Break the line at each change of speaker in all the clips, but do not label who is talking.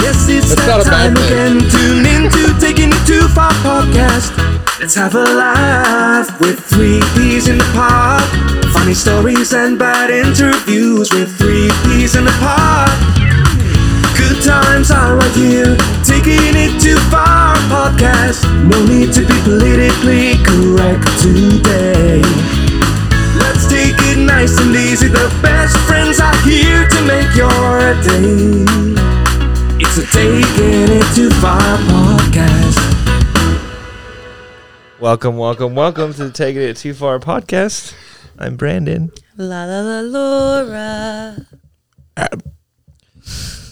Yes, it's
That's
that
not a bad
time
thing.
again. Tune into Taking It Too Far podcast. Let's have a laugh with three P's in the pod. Funny stories and bad interviews with three P's in the pod. Good times are right here. Taking It Too Far podcast. No need to be politically correct today. Let's take it nice and easy. The best friends are here to make your day. It's a taking it too far podcast.
Welcome, welcome, welcome to the Taking It Too Far podcast. I'm Brandon.
La la la Laura.
That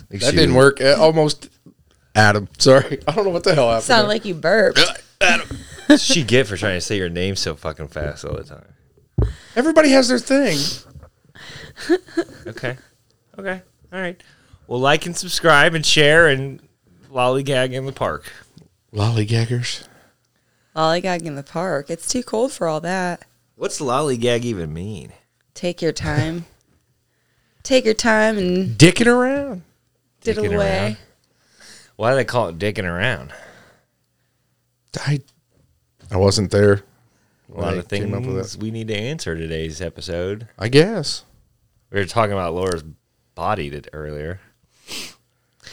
didn't work. Uh, almost Adam. Sorry. I don't know what the hell happened.
Sound like you burped.
What she get for trying to say your name so fucking fast all the time?
Everybody has their thing.
Okay. Okay. All right. Well, like and subscribe and share and lollygag in the park.
Lollygaggers.
Lollygag in the park. It's too cold for all that.
What's lollygag even mean?
Take your time. Take your time and
Dicking around.
diddle
Dicking
away.
around. Why do they call it dicking around?
I, I wasn't there.
A lot
They
of
came up with
things we need to answer today's episode.
I guess.
We were talking about Laura's body that earlier.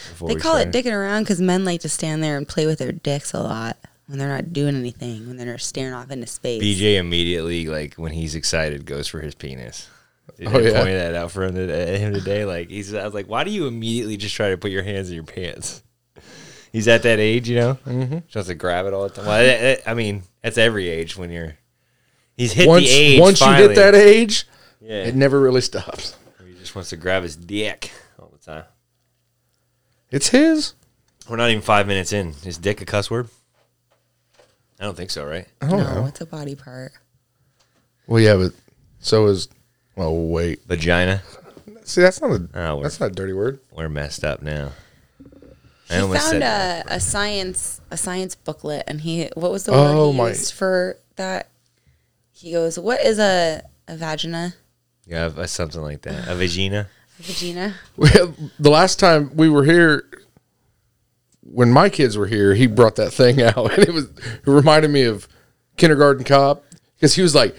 Before
They
we
call it
started.
dicking around because men like to stand there and play with their dicks a lot when they're not doing anything, when they're staring off into space.
BJ immediately, like when he's excited, goes for his penis. Did
Oh,
I
yeah.
point that out for him today, at him today? Like he's, I was like, why do you immediately just try to put your hands in your pants? He's at that age, you know, mm-hmm. just to grab it all the time. Well, that- that- I mean, that's every age when you're. He's hit
once
the age.
once you
finally.
hit that age,
yeah,
it never really stops.
where he just wants to grab his dick all the time.
It's his.
We're not even five minutes in. Is dick a cuss word? I don't think so, right?
no,
Oh.
it's a body part.
Well, yeah, but so is. Oh wait.
Vagina.
See, that's not a.
Oh, we're-
that's not a dirty word.
We're messed up now. I
He
almost
found
said-
a, a science a science booklet, and he what was the
Oh,
word he
my-
used for that? He goes, "What is a a vagina?
Yeah, v- uh, something like that. A vagina.
A vagina?
Well, the last time we were here, when my kids were here, he brought that thing out, and it was it reminded me of kindergarten cop because he was like,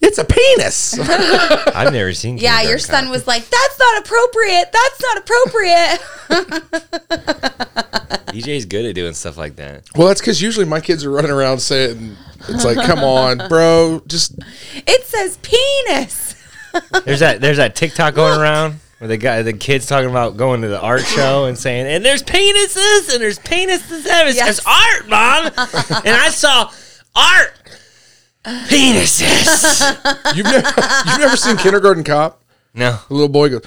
"It's a penis."
I've never seen.
Yeah, your
kindergarten
son was like, "That's not appropriate. That's not appropriate."
cop. DJ's good at doing stuff like that.
well, that's because usually my kids are running around saying, "It's like, come on, bro, just
it says penis.
There's that. There's that TikTok going around where the guy, the kids talking about going to the art show and saying, "And there's penises, and there's penises. That is
Yes.
it's art, mom." and I saw art penises.
you've never you've never seen kindergarten cop."
no,
The little boy goes,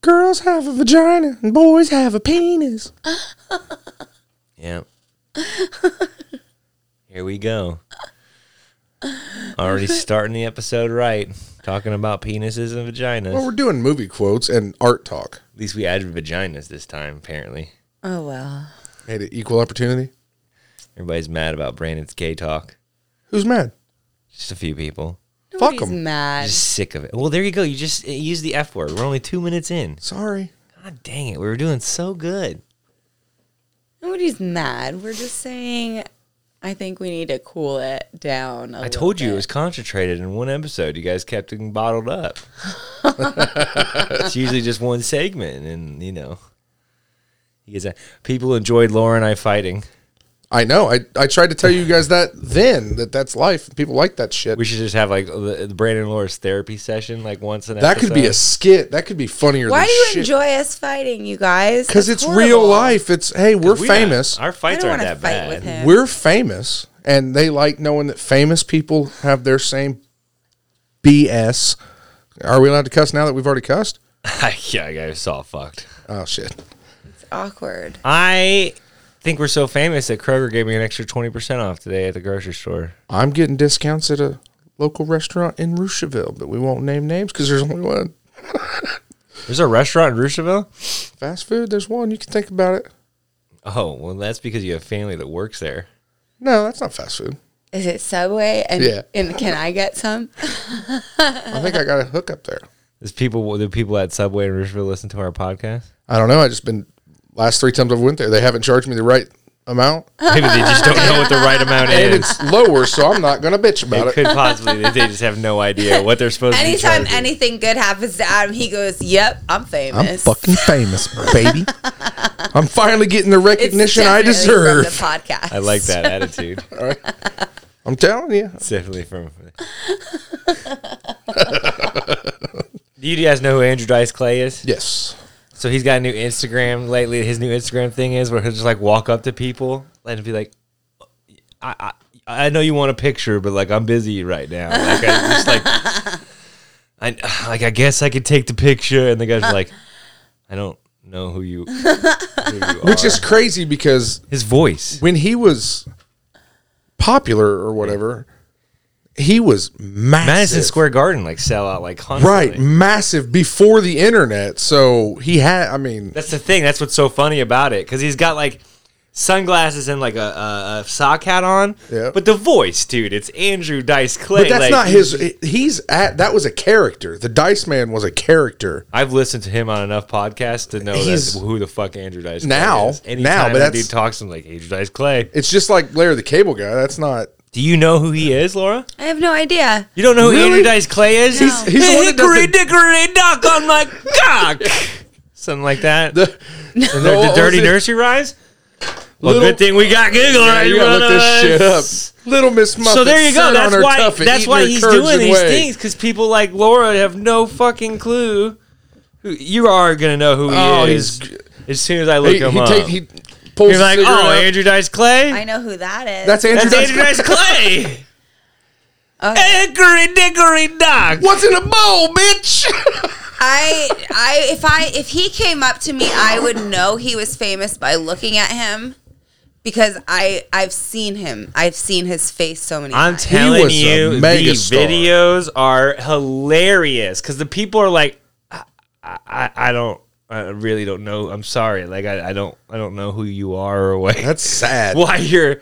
"Girls have a vagina and boys have a penis."
yeah. Here we go. Already starting the episode right, talking about penises and vaginas.
Well, we're doing movie quotes and art talk.
At least we added vaginas this time, apparently.
Oh well,
Hey, to equal opportunity.
Everybody's mad about Brandon's gay talk.
Who's mad?
Just a few people.
Fuck 'em.
He's mad.
Just sick of it. Well, there you go. You just uh, used the F word. We're only two minutes in.
Sorry.
God dang it. We were doing so good.
Nobody's mad. We're just saying. I think we need to cool it down. I
I told you it was concentrated in one episode. You guys kept getting bottled up. it's usually just one segment, and you know, you guys, uh, people enjoyed Laura and I fighting.
I know. I, I tried to tell you guys that then that that's life. People like that shit.
We should just have like the, the Brandon and Laura's therapy session, like once an
that could be a
episode.
skit. That could be funnier.
Why
than
do you
shit.
enjoy us fighting, you guys?
Because
That's
it's real
horrible.
life. It's hey, we're
We-
famous.
Our
I
fights
don't
aren't
want to
that
fight
bad.
with him.
We're famous, and they like knowing that famous people have their same BS. Are we allowed to cuss now that we've already cussed?
yeah, I got all fucked.
Oh shit!
It's awkward.
I think we're so famous that Kroger gave me an extra 20% off today at the grocery store.
I'm getting discounts at a local restaurant in Rusheville, but we won't name names because there's only one
There's a restaurant in Roosevelt?
fast food. There's one you can think about it.
Oh, well, that's because you have family that works there.
No, that's not fast food.
Is it Subway? And
Yeah.
and can I get some?
I think I got a hookup there.
There's people, the people at Subway in Roosevelt listen to our podcast.
I don't know. I just been last three times I've went there, they haven't charged me the right amount,
Maybe they just don't know what the right amount
and
is.
it's lower, so I'm not gonna bitch about
It
it.
could possibly they just have no idea what they're supposed
Anytime
to be.
anything good happens to Adam, he goes, "Yep, I'm
I'm
famous.
fucking famous, baby. I'm finally getting the
It's
recognition I
definitely from the
deserve.
podcast.
I like that attitude.
All right. I'm telling you.
It's definitely from. Do you guys know who Andrew Dice Clay is?
Yes.
So he's got a new Instagram lately. His new Instagram thing is where he'll just like walk up to people and be like, "I, I, I know you want a picture, but like I'm busy right now. Like I just like, I like I guess I could take the picture." And the guys are like, "I don't know who you, who you
Which
are."
is crazy because
his voice.
when he was popular or whatever, he was massive.
Madison Square Garden like sell out like constantly.
Right, massive before the internet. So he had, I mean,
That's the thing. That's what's so funny about it because he's got like sunglasses and like a, a, a sock hat on.
Yeah.
But the voice, dude, it's Andrew Dice Clay.
but that's
like,
not his. He's at, that was a character. The Dice Man was a character.
I've listened to him on enough podcasts to know
He's-
that's who the fuck Andrew Dice
Now-
Clay is.
now, but
that
that's-
dude talks, I'm like Andrew Dice Clay.
It's just like Larry the Cable Guy. That's not.
Do you know who he is, Laura?
I have no idea.
You don't know who
Really?
Andrew Dice Clay is?
He's-
he's the one that does
hickory
the-
dickory dock on my cock. Something like that.
The,
and the,
what
the
was
dirty
it?
nursery rhymes. Well,
Little-
good thing we got Google
Yeah,
right
you gotta look this shit up. Little Miss Muffet.
so there you
sat
go.
on
That's
her
why.
tuffet,
That's
eating
why
her
he's
curds
doing
and
these
whey.
things because people like Laura have no fucking clue. Who you are gonna know who he
Oh,
is
he's-
as soon as I look
He,
him
he,
up.
take, he pulls.
You're
the
like, oh,
cigarette out.
Andrew Dice Clay.
I know who that is.
That's Andrew.
That's
Dice
Andrew Dice Clay.
Okay.
Hickory dickory dock.
What's in a bowl, bitch?
I, I, if I, if he came up to me, I would know he was famous by looking at him because I, I've seen him. I've seen his face so many
I'm
times.
telling
was a
you, the
mega star.
videos are hilarious because the people are like, I, I, I don't, I really don't know. I'm sorry, like I, I don't, I don't know who you are or what.
That's sad.
why you're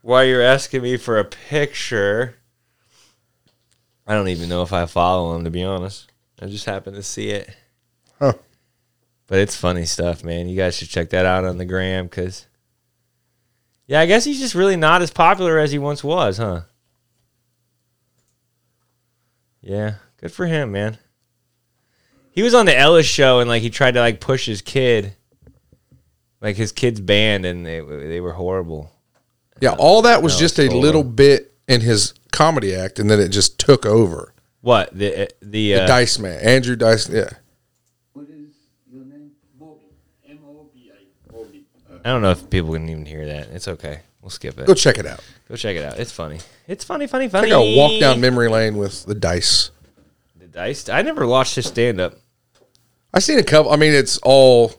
why you're asking me for a picture. I don't even know if I follow him to be honest. I just happened to see it.
Huh.
But it's funny stuff, man. You guys should check that out on the gram cuz Yeah, I guess he's just really not as popular as he once was, huh? Yeah, good for him, man. He was on the Ellis show and like he tried to like push his kid like his kid's band and they they were horrible.
Yeah, all that was
No,
just
it's
a
full
little
on.
bit in his comedy act, and then it just took over.
What the
The
the, uh,
Dice Man, Andrew Dice. Yeah,
What is your name? Bobby. M O B I. Bobby.
I don't know if people can even hear that. It's okay. We'll skip it.
go
Go,
check it out.
check it out. It's funny. It's funny, funny,
I
funny.
think I'll walk down memory lane with the dice.
the dice. I never watched his stand up.
I seen a couple. I mean, it's all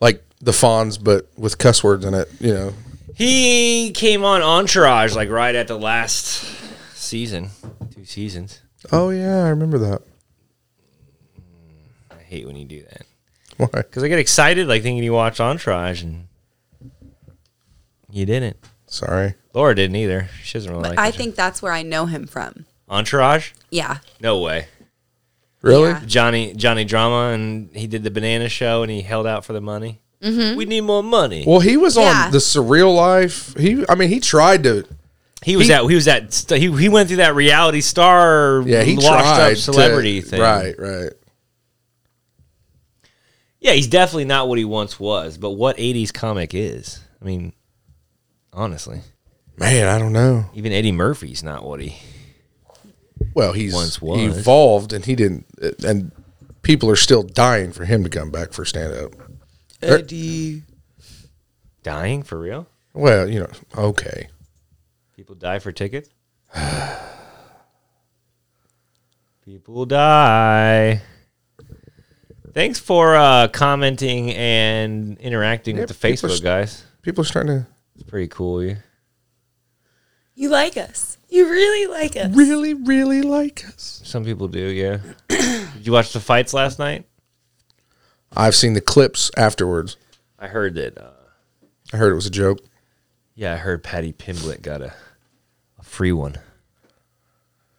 like the Fonz, but with cuss words in it. You know,
He came on Entourage like right at the last season, two seasons.
Oh yeah, I remember that.
I hate when you do that
Why?
because I get excited like thinking you watch Entourage and you didn't.
Sorry.
Laura didn't either. She doesn't really like.
I
that show.
think that's where I know him from.
Entourage.
Yeah.
No way.
Really?
Yeah.
Johnny Johnny Drama, and he did the Banana Show, and he held out for the money. We need more money.
Well, he was on
Yeah.
the Surreal Life. He, I mean, he tried to.
He was
He-
at he was at st- he, he went through that reality star
Yeah, he
washed
tried
up celebrity
to,
thing.
Right, right.
Yeah, he's definitely not what he once was, but what 80s comic is? I mean, honestly,
Man, I don't know.
even Eddie Murphy's not what he
Well, he's
Once was.
he evolved, and he didn't. And people are still dying for him to come back for stand up.
Eddie.
dying for real.
Well, you know, okay.
People die for tickets. People die. Thanks for uh, commenting and interacting
Yeah,
with the
people
Facebook
sh-
guys.
People are starting to
It's pretty cool. You.
You like us. You really like us.
really, really like us.
Some people do, yeah. Did you watch the fights last night?
I've seen the clips afterwards.
I heard that. Uh,
I heard it was a joke.
yeah, I heard Patty Pimblett got a, a free one.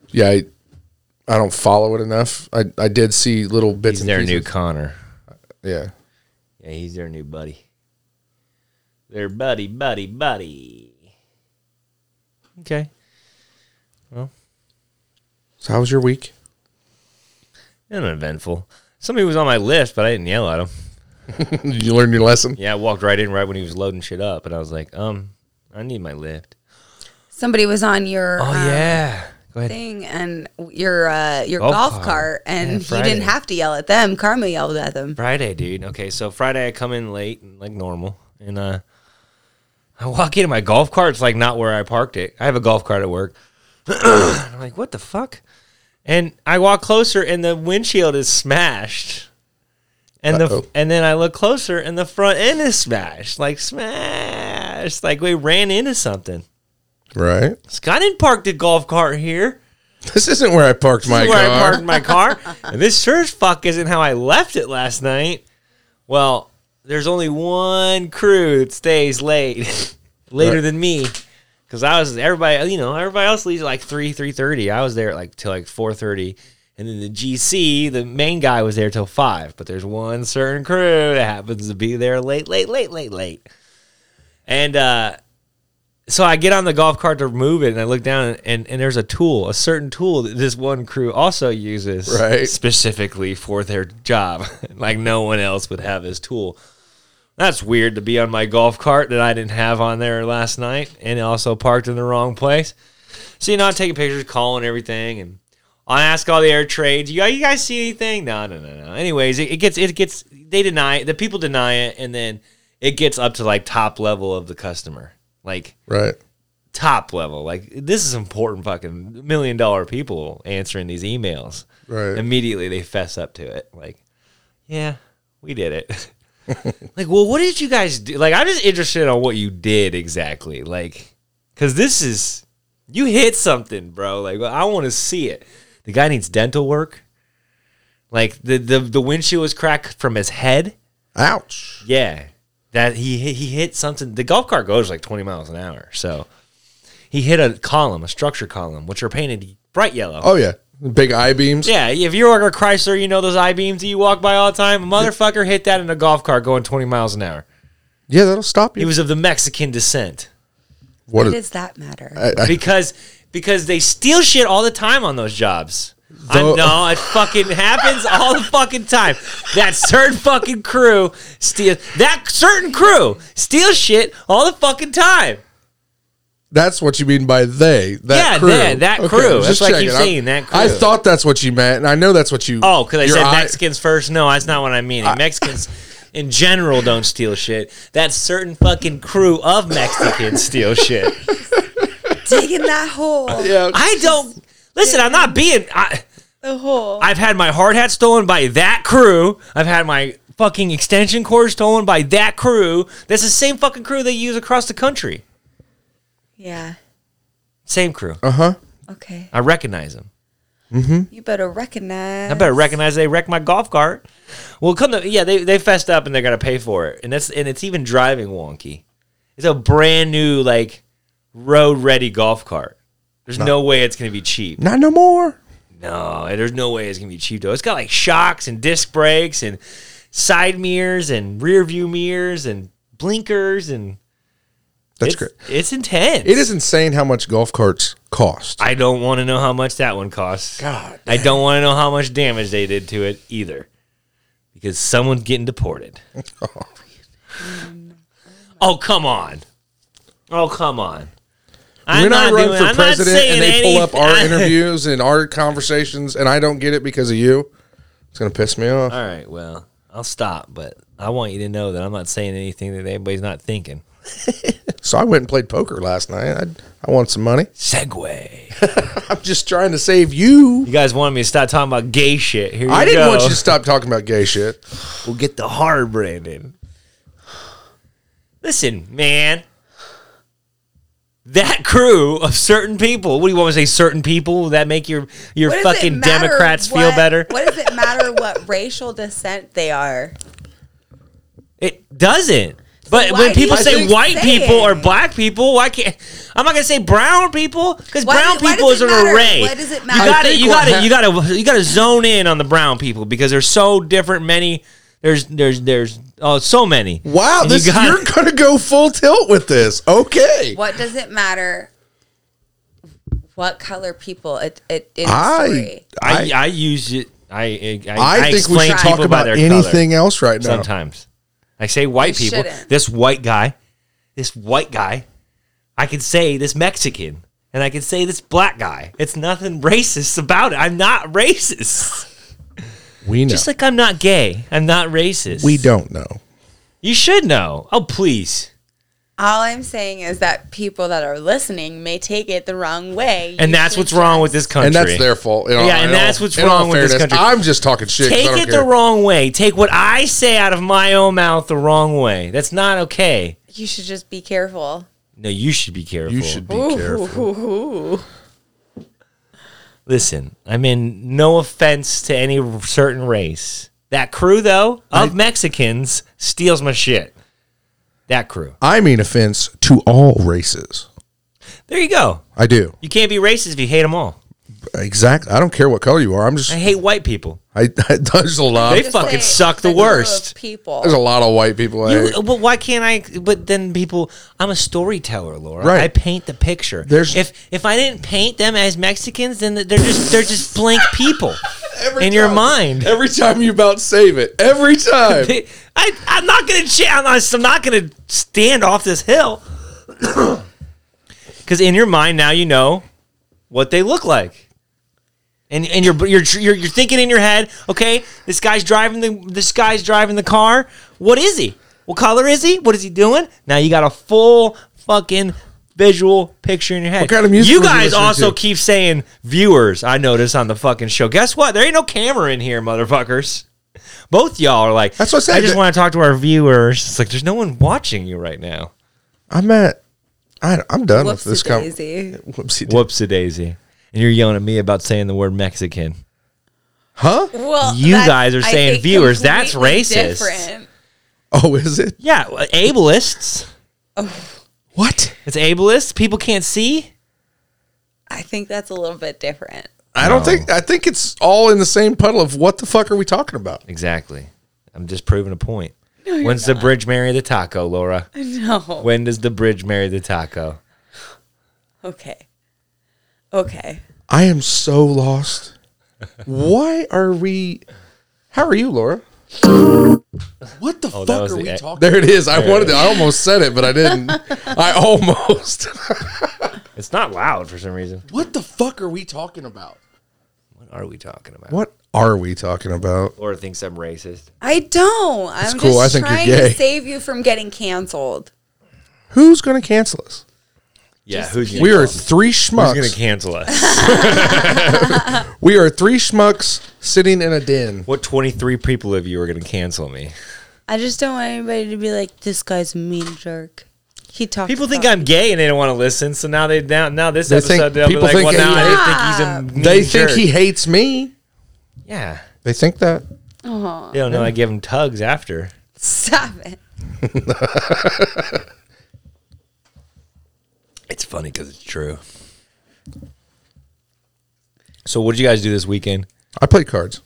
Yeah, I, I don't follow it enough. I, I did see little bits
He's
and
their new
pieces.
Connor.
Yeah,
Yeah, he's their new buddy. Their buddy, buddy, buddy. Okay.
So how was your week?
Uneventful. Somebody was on my list, but I didn't yell at him.
Did you learn your lesson?
Yeah, I walked right in right when he was loading shit up, and I was like, um, I need my lift.
Somebody was on your
Oh,
um,
yeah. Go ahead.
thing and your uh, your
Golf
golf,
cart.
cart,
Yeah,
and you
Friday.
didn't have to yell at them. Karma yelled at them.
Friday, dude. Okay, so Friday I come in late and like normal, and uh, I walk into my golf cart's like not where I parked it. I have a golf cart at work. I'm like, what the fuck? And I walk closer, and the windshield is smashed, and
Uh-oh.
the and then I look closer, and the front end is smashed, like smashed, like we ran into something.
Right.
Scott didn't park the golf cart here.
This isn't where I parked my
This is where
car.
I parked my car. and this sure as fuck isn't how I left it last night. Well, there's only one crew that stays late, later
Right.
than me, because I was everybody. You know, everybody else leaves at like three, three thirty. I was there at like till like four thirty, and then the GC, the main guy, was there till five. But there's one certain crew that happens to be there late, late, late, late, late, and. uh so I get on the golf cart to move it, and I look down, and, and there's a tool, a certain tool that this one crew also uses
Right.
specifically for their job. like no one else would have this tool. That's weird to be on my golf cart that I didn't have on there last night, and also parked in the wrong place. So you know, I'm taking pictures, calling everything, and I ask all the air trades. You guys, you guys see anything? No, no, no, no. Anyways, it, it gets it gets they deny it. The people deny it, and then it gets up to like top level of the customer, like
Right.
top level. Like this is important fucking million dollar people answering these emails.
Right.
Immediately they fess up to it. Like, yeah, we did it. like, well, what did you guys do? Like, I'm just interested on what you did exactly. Like, cause this is you hit something, bro. Like, I want to see it. The guy needs dental work. Like the the the windshield was cracked from his head.
Ouch.
Yeah, that he hit- he hit something. The golf cart goes like twenty miles an hour, so he hit a column, a structure column, which are painted bright yellow.
Oh yeah. Big I beams.
Yeah, if you work at Chrysler, you know those I beams that you walk by all the time. A motherfucker hit that in a golf cart going twenty miles an hour.
Yeah, that'll stop
He
you.
was of the Mexican descent
What
Why
is
does that matter?
because because they steal shit all the time on those jobs. I
Though-
know it fucking happens all the fucking time. That certain fucking crew steal that certain crew steals shit all the fucking time.
That's what you mean by they. That
Yeah,
crew.
they, that crew.
just
That's like you
checking. I-
saying, that crew.
I thought that's what you meant, and I know that's what you.
Oh, because I
your
said
eye-
Mexicans first. No, that's not what I mean. Mexicans in general don't steal shit. That certain fucking crew of Mexicans steal shit.
Digging that hole,
Yeah.
I don't listen. I'm not being. I,
the hole.
I've had my hard hat stolen by that crew. I've had my fucking extension cord stolen by that crew. That's the same fucking crew they use across the country.
yeah.
Same crew.
Uh huh.
Okay.
I recognize them.
You better recognize.
I better recognize they wrecked my golf cart. Well, come to yeah, they they fessed up and they're gonna pay for it, and that's and it's even driving wonky. It's a brand new like road ready golf cart. There's no, way it's gonna be cheap.
Not no more.
No, there's no way it's gonna be cheap though. It's got like shocks and disc brakes and side mirrors and rear view mirrors and blinkers and
That's
it's,
great.
It's intense.
It is insane how much golf carts cost.
I don't want to know how much that one costs.
God
I don't want to know how much damage they did to it either, because someone's getting deported. oh come on! Oh come on! I'm
when I
not
run
doing-
for
I'm not
president
saying
and they pull up
anything-
our interviews and our conversations, and I don't get it because of you, it's gonna piss me off.
All right, well, I'll stop, but I want you to know that I'm not saying anything that anybody's not thinking.
So I went and played poker last night. I, I want some money.
Segway.
I'm just trying to save you.
You guys wanted me to stop talking about gay shit. Here you
I didn't
go.
want you to stop talking about gay shit.
We'll get the hard Brandon. Listen, man. That crew of certain people. What do you want me to say? Certain people that make your your
What does it
fucking
matter
Democrats
what-
feel better.
What does it matter what racial descent they are?
It doesn't. But
why
when
do
people
you
say
keep
white people
saying?
or black people, why can't I'm not gonna say brown people because
Why
brown
do- why
people is
does it
an
matter?
array.
Why does it
You
matter?
I
gotta
think
you
what
gotta
hap-
you gotta you gotta zone in on the brown people because there's so different many There's there's there's oh so many.
Wow,
And
this
you got-
you're gonna go full tilt with this. Okay.
What does it matter? What color people? It it in the
I,
story.
I
I I use it. I I,
I, think we
explain
should
people
talk
by
about
their
anything
color
else right now.
Sometimes I say white
We
people.
shouldn't.
This white guy, this white guy. I can say this Mexican, and I can say this black guy. It's nothing racist about it. I'm not racist.
We know.
Just like I'm not gay. I'm not racist.
We don't know.
You should know. Oh please.
All I'm saying is that people that are listening may take it the wrong way.
And
You
that's
should
what's wrong with this country.
and that's their fault. In all-
Yeah,
in
and
all-
that's what's
in all
wrong with this country.
I'm just talking shit. 'cause I
Take
don't
it
care.
the wrong way. Take what I say out of my own mouth the wrong way. That's not okay.
just- You should just be careful.
No, you should be careful.
You should be careful.
Ooh.
Listen, I mean, no offense to any r- certain race. That crew, though, of Mexicans steals my shit. That crew.
I mean offense to all races.
There you go.
I do.
You can't be racist if you hate them all.
Exactly. I don't care what color you are. I'm just
I hate white people.
I, I there's a lot
They
Just
fucking
say
suck the
group of
worst.
People.
There's a lot of white people. I hate.
You, uh, but why can't I? But then people, I'm a storyteller, Laura.
Right.
I paint the picture.
There's-
if if I didn't paint them as Mexicans, then they're just they're just blank people in your mind.
Every time you about save it, every time.
I, I'm not gonna ch- I'm not, I'm not gonna stand off this hill because in your mind now you know what they look like, and and you're you're you're, you're thinking in your head, okay, this guy's driving the this guy's driving the car. What is he? What color is he? What is he doing? Now you got a full fucking visual picture in your head. What
kind of music
You
was he
guys
listening
also
to?
keep saying viewers. I notice on the fucking show. Guess what? There ain't no camera in here, motherfuckers both y'all are like
That's what I said.
just want to talk to our viewers it's like there's no one watching you right now
I'm at I, I'm done with this conversation.
Whoopsie-daisy.
whoopsie daisy and you're yelling at me about saying the word mexican
Huh?
Well,
You
that's,
guys are
I
saying
think,
viewers, that's
completely
racist.
different.
Oh, is it?
yeah well, ableists
What?
it's ableists people can't see
I think that's a little bit different.
I don't think I think it's all in the same puddle of what the fuck are we talking about?
exactly i'm just proving a point when's the bridge marry the taco laura
No.
when does the bridge marry the taco
Okay. Okay.
I am so lost. Why are we How are you, Laura?
What the
that
fuck
was
are
the
we
ac-
talking?
There it is. I wanted
I almost said it, but I didn't. I almost.
it's not loud for some reason
what the fuck are we talking about?
what are we talking about
What are we talking about?
laura thinks i'm racist
I don't. I'm
cool. I
just
think you're
trying
gay.
to save you from getting canceled.
Who's going to cancel us?
yeah who's gonna
We are
cancel-
three
who's gonna
schmucks.
cancel us
we are three schmucks sitting in a den.
what 23 people of you are gonna cancel me
I just don't want anybody to be like, this guy's a mean jerk. He talks.
People think
about-
I'm gay and they don't want to listen, so now they now, now this
They
episode
think-
they'll be
people
like,
think
well, now
he-
they think he's a mean
They think
jerk.
he hates me.
yeah.
They think that.
They don't know I give him tugs after.
Stop it.
It's funny because it's true. So what did you guys do this weekend?
I play cards.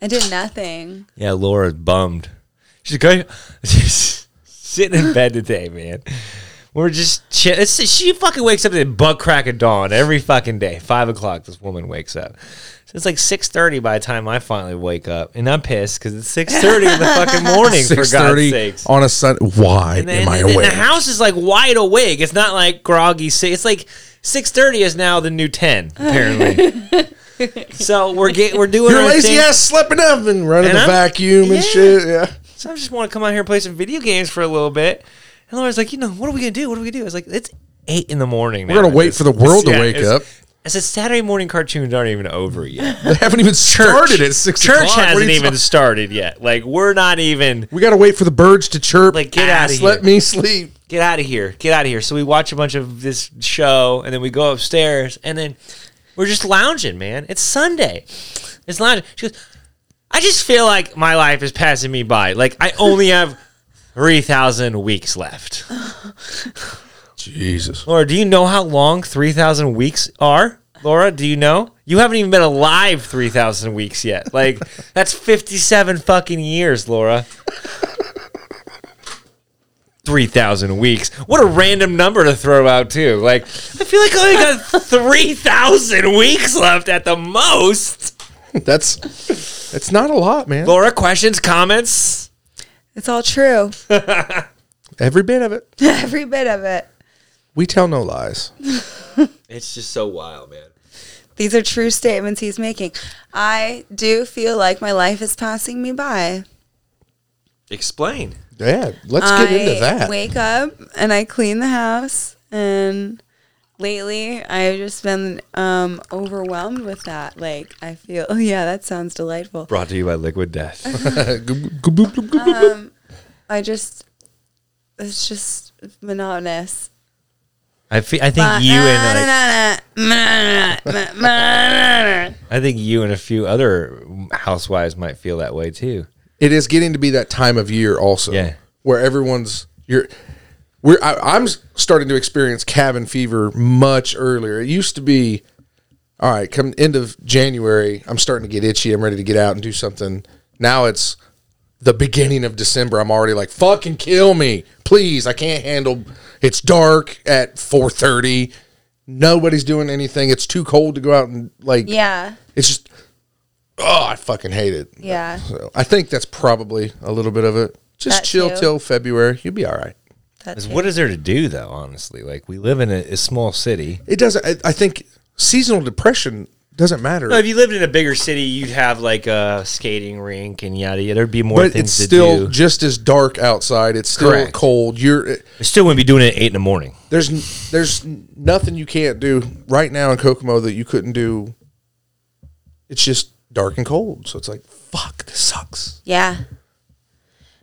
I did nothing.
Yeah, Laura's bummed. She's like, "I- just sitting in bed today, man. We're just chill. It's, she fucking wakes up at butt crack of dawn every fucking day. Five o'clock, this woman wakes up. So it's like six thirty by the time I finally wake up, and I'm pissed because it's six thirty in the fucking morning. for
Six
God's
thirty
sakes.
on a Sunday. Why
And then-
am I
and then
awake?
The house is like wide awake. It's not like groggy. si- It's like six thirty is now the new ten apparently. so we're get, we're doing
Your
our
lazy
thing.
ass slept it up and running
And
the
I'm-
vacuum
yeah.
and shit. Yeah.
So I just want to come out here and play some video games for a little bit. And Laura's like, you know, what are we gonna do? What are we gonna do? I was like, it's eight in the morning. We're
gonna wait for the world to wake up.
I said Saturday morning cartoons aren't even over yet.
They haven't even started at six
Church
o'clock. What are
hasn't
you
even
talking-
started yet. Like we're not even
We got to wait for the birds to chirp.
Like, get outta
Ass,
here.
Let me sleep.
get out of here, get out of here. So we watch a bunch of this show, and then we go upstairs, and then we're just lounging, man. It's Sunday. It's lounging. She goes, I just feel like my life is passing me by. Like I only have three thousand weeks left.
Jesus.
Laura, do you know how long 3,000 weeks are? Laura, do you know? You haven't even been alive 3,000 weeks yet. Like, that's 57 fucking years, Laura. 3,000 weeks. What a random number to throw out, too. Like, I feel like I only got 3,000 weeks left at the most.
That's that's not a lot, man.
Laura, questions, comments?
It's all true.
Every bit of it.
Every bit of it.
We tell no lies.
It's just so wild, man.
These are true statements he's making. I do feel like my life is passing me by.
Explain.
Yeah, let's
I
get into that.
wake up and I clean the house and lately I've just been um, overwhelmed with that. Like I feel oh yeah, that sounds delightful.
Brought to you by Liquid Death.
I just it's just monotonous.
I, fe- I think you and like, I think you and a few other housewives might feel that way too.
It is getting to be that time of year also.
Yeah.
Where everyone's you're we're I, I'm s- starting to experience cabin fever much earlier. It used to be all right, come end of January, I'm starting to get itchy. I'm ready to get out and do something. Now it's the beginning of December. I'm already like, fucking kill me. Please. I can't handle it's dark at four thirty. Nobody's doing anything. It's too cold to go out and like
yeah.
it's just oh, I fucking hate it.
Yeah.
So I think that's probably a little bit of it. Just
That
chill
too.
till February. You'll be all right.
That's
'Cause
it.
What is there to do though? Honestly, like we live in a, a small city.
It doesn't. I, I think seasonal depression doesn't matter.
if you lived in a bigger city, you'd have like a skating rink and yada yada. There'd be more
but it's
things to
still
do.
just as dark outside. It's still
Correct.
cold. You're
I still wouldn't be doing it at eight in the morning.
there's n- there's n- nothing you can't do right now in Kokomo that you couldn't do. It's just dark and cold. So it's like fuck. This sucks.
Yeah.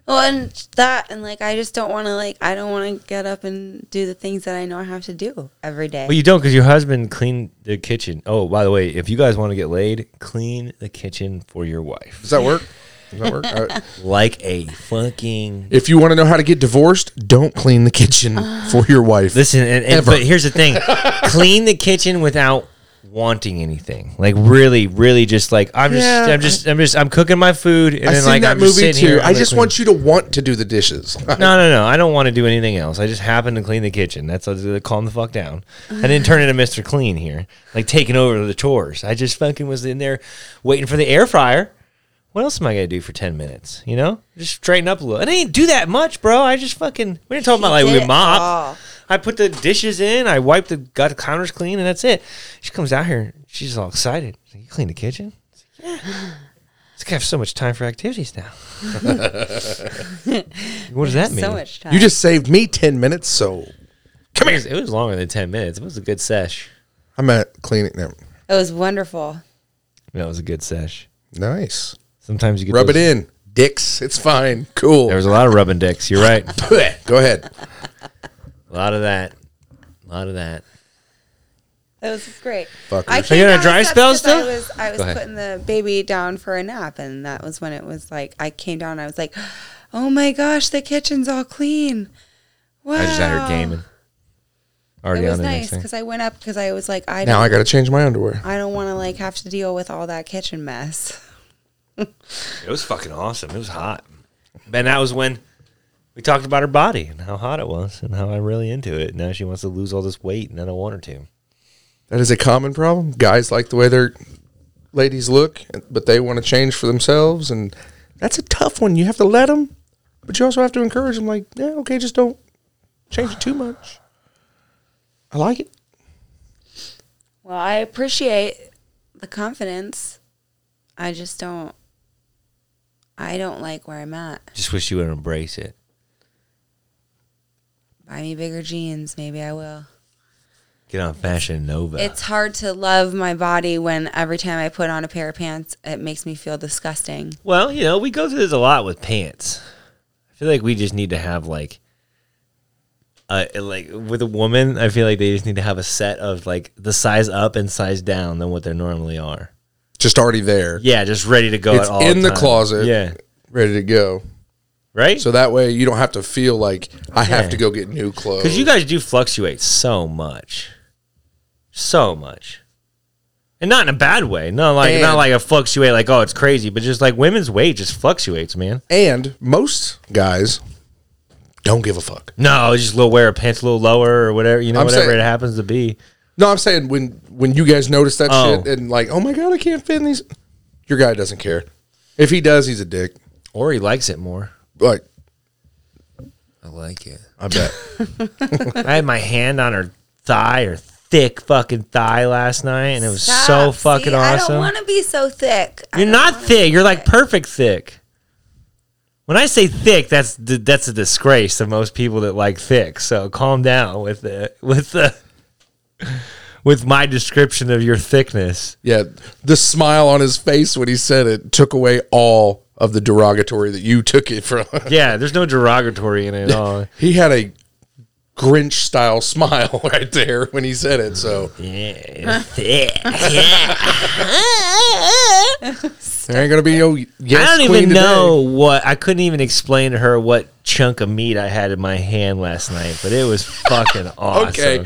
Well, and that, and like, I just don't want to, like, I don't want to get up and do the things that I know I have to do every day.
Well, you don't because your husband cleaned the kitchen. Oh, by the way, if you guys want to get laid, clean the kitchen for your wife
Does that work? Does that work? All right.
like a fucking.
If you want to know how to get divorced, don't clean the kitchen for your wife.
Listen, and, and-
Ever.
but here's the thing: clean the kitchen without wanting anything. Like really, really, just like I'm just,
Yeah,
I'm just, I'm just, I'm cooking my food, and
I
then
seen
like
that
I'm just
movie
sitting
too.
here.
I just want you to want to do the dishes.
No, no, no. I don't want to do anything else. I just happen to clean the kitchen. That's uh, calm the fuck down. I didn't turn into Mister Clean here, like taking over the chores. I just fucking was in there waiting for the air fryer. What else am I gonna do for ten minutes? You know, just straighten up a little. I didn't do that much, bro. I just fucking we didn't talk about like
did
we
it Oh,
mop.
all.
I put the dishes in. I wiped the got the counters clean, and that's it. She comes out here. She's all excited. She's like, you clean the kitchen? I was like, yeah. It's gonna have so much time for activities now. what does that mean?
so much time.
You just saved me ten minutes, so
Come here. It was longer than ten minutes. It was a good sesh.
I'm at cleaning them.
it was wonderful.
it was a good sesh.
Nice.
Sometimes you get
Rub it in, dicks. It's fine. Cool.
There was a lot of rubbing dicks. You're right.
Go ahead.
a lot of that. A lot of that.
It was great.
Fuckers.
I
Are you
came
in a
down the
dry
steps
spell
'cause
still?
I was, I was
ahead.
putting the baby down for a nap, and that was when it was like, I came down, I was like, oh my gosh, the kitchen's all clean. Wow.
I just had her gaming.
Ah. It
Already
was
on the
nice
next
because I went up because I was like, I
Now
don't
I got to change my underwear.
I don't want to like have to deal with all that kitchen mess.
thing. It was fucking awesome. It was hot. And that was when we talked about her body and how hot it was and how I'm really into it. Now she wants to lose all this weight and I don't want her to.
That is a common problem. Guys like the way their ladies look, but they want to change for themselves, and that's a tough one. You have to let them, but you also have to encourage them. Like, yeah, okay, just don't change it too much. I like it.
Well, I appreciate the confidence. I just don't. I don't like where I'm at.
Just wish you would embrace it.
Buy me bigger jeans, maybe I will.
Get on Fashion Nova.
It's hard to love my body when every time I put on a pair of pants, it makes me feel disgusting.
Well, you know, we go through this a lot with pants. I feel like we just need to have like uh like with a woman, I feel like they just need to have a set of like the size up and size down than what they normally are.
Just already there.
Yeah, just ready to go
It's
at all
in the
time.
closet.
Yeah.
Ready to go.
Right?
So that way you don't have to feel like I have to go get new clothes.
Cuz you guys do fluctuate so much. So much. and not in a bad way. No, like
And-
not like a fluctuate, like oh, it's crazy, but just like women's weight just fluctuates, man.
And most guys don't give a fuck.
No, it's just a little wear of pants, a little lower or whatever, you know,
I'm
whatever
saying-
it happens to be.
No, I'm saying when when you guys notice that
Oh.
shit and like, oh my god, I can't fit in these. Your guy doesn't care. If he does, he's a dick.
Or he likes it more.
Like
I like it.
I bet.
I had my hand on her thigh, her thick fucking thigh last night, and it was so
Stop.
fucking
Ah, See, I
awesome.
don't want to be so thick. I
You're
don't
not
wanna
thick.
be
You're like perfect thick. When I say thick, that's d- that's a disgrace to most people that like thick. So calm down with the with the with my description of your thickness.
yeah, the smile on his face when he said it took away all of the derogatory that you took it from.
Yeah, there's no derogatory in it at all.
he had a Grinch style smile right there when he said it. So
Yeah, thick.
there ain't gonna be no yes.
I don't
queen
even
today.
know what I couldn't even explain to her what chunk of meat I had in my hand last night, but it was fucking awesome.
Okay,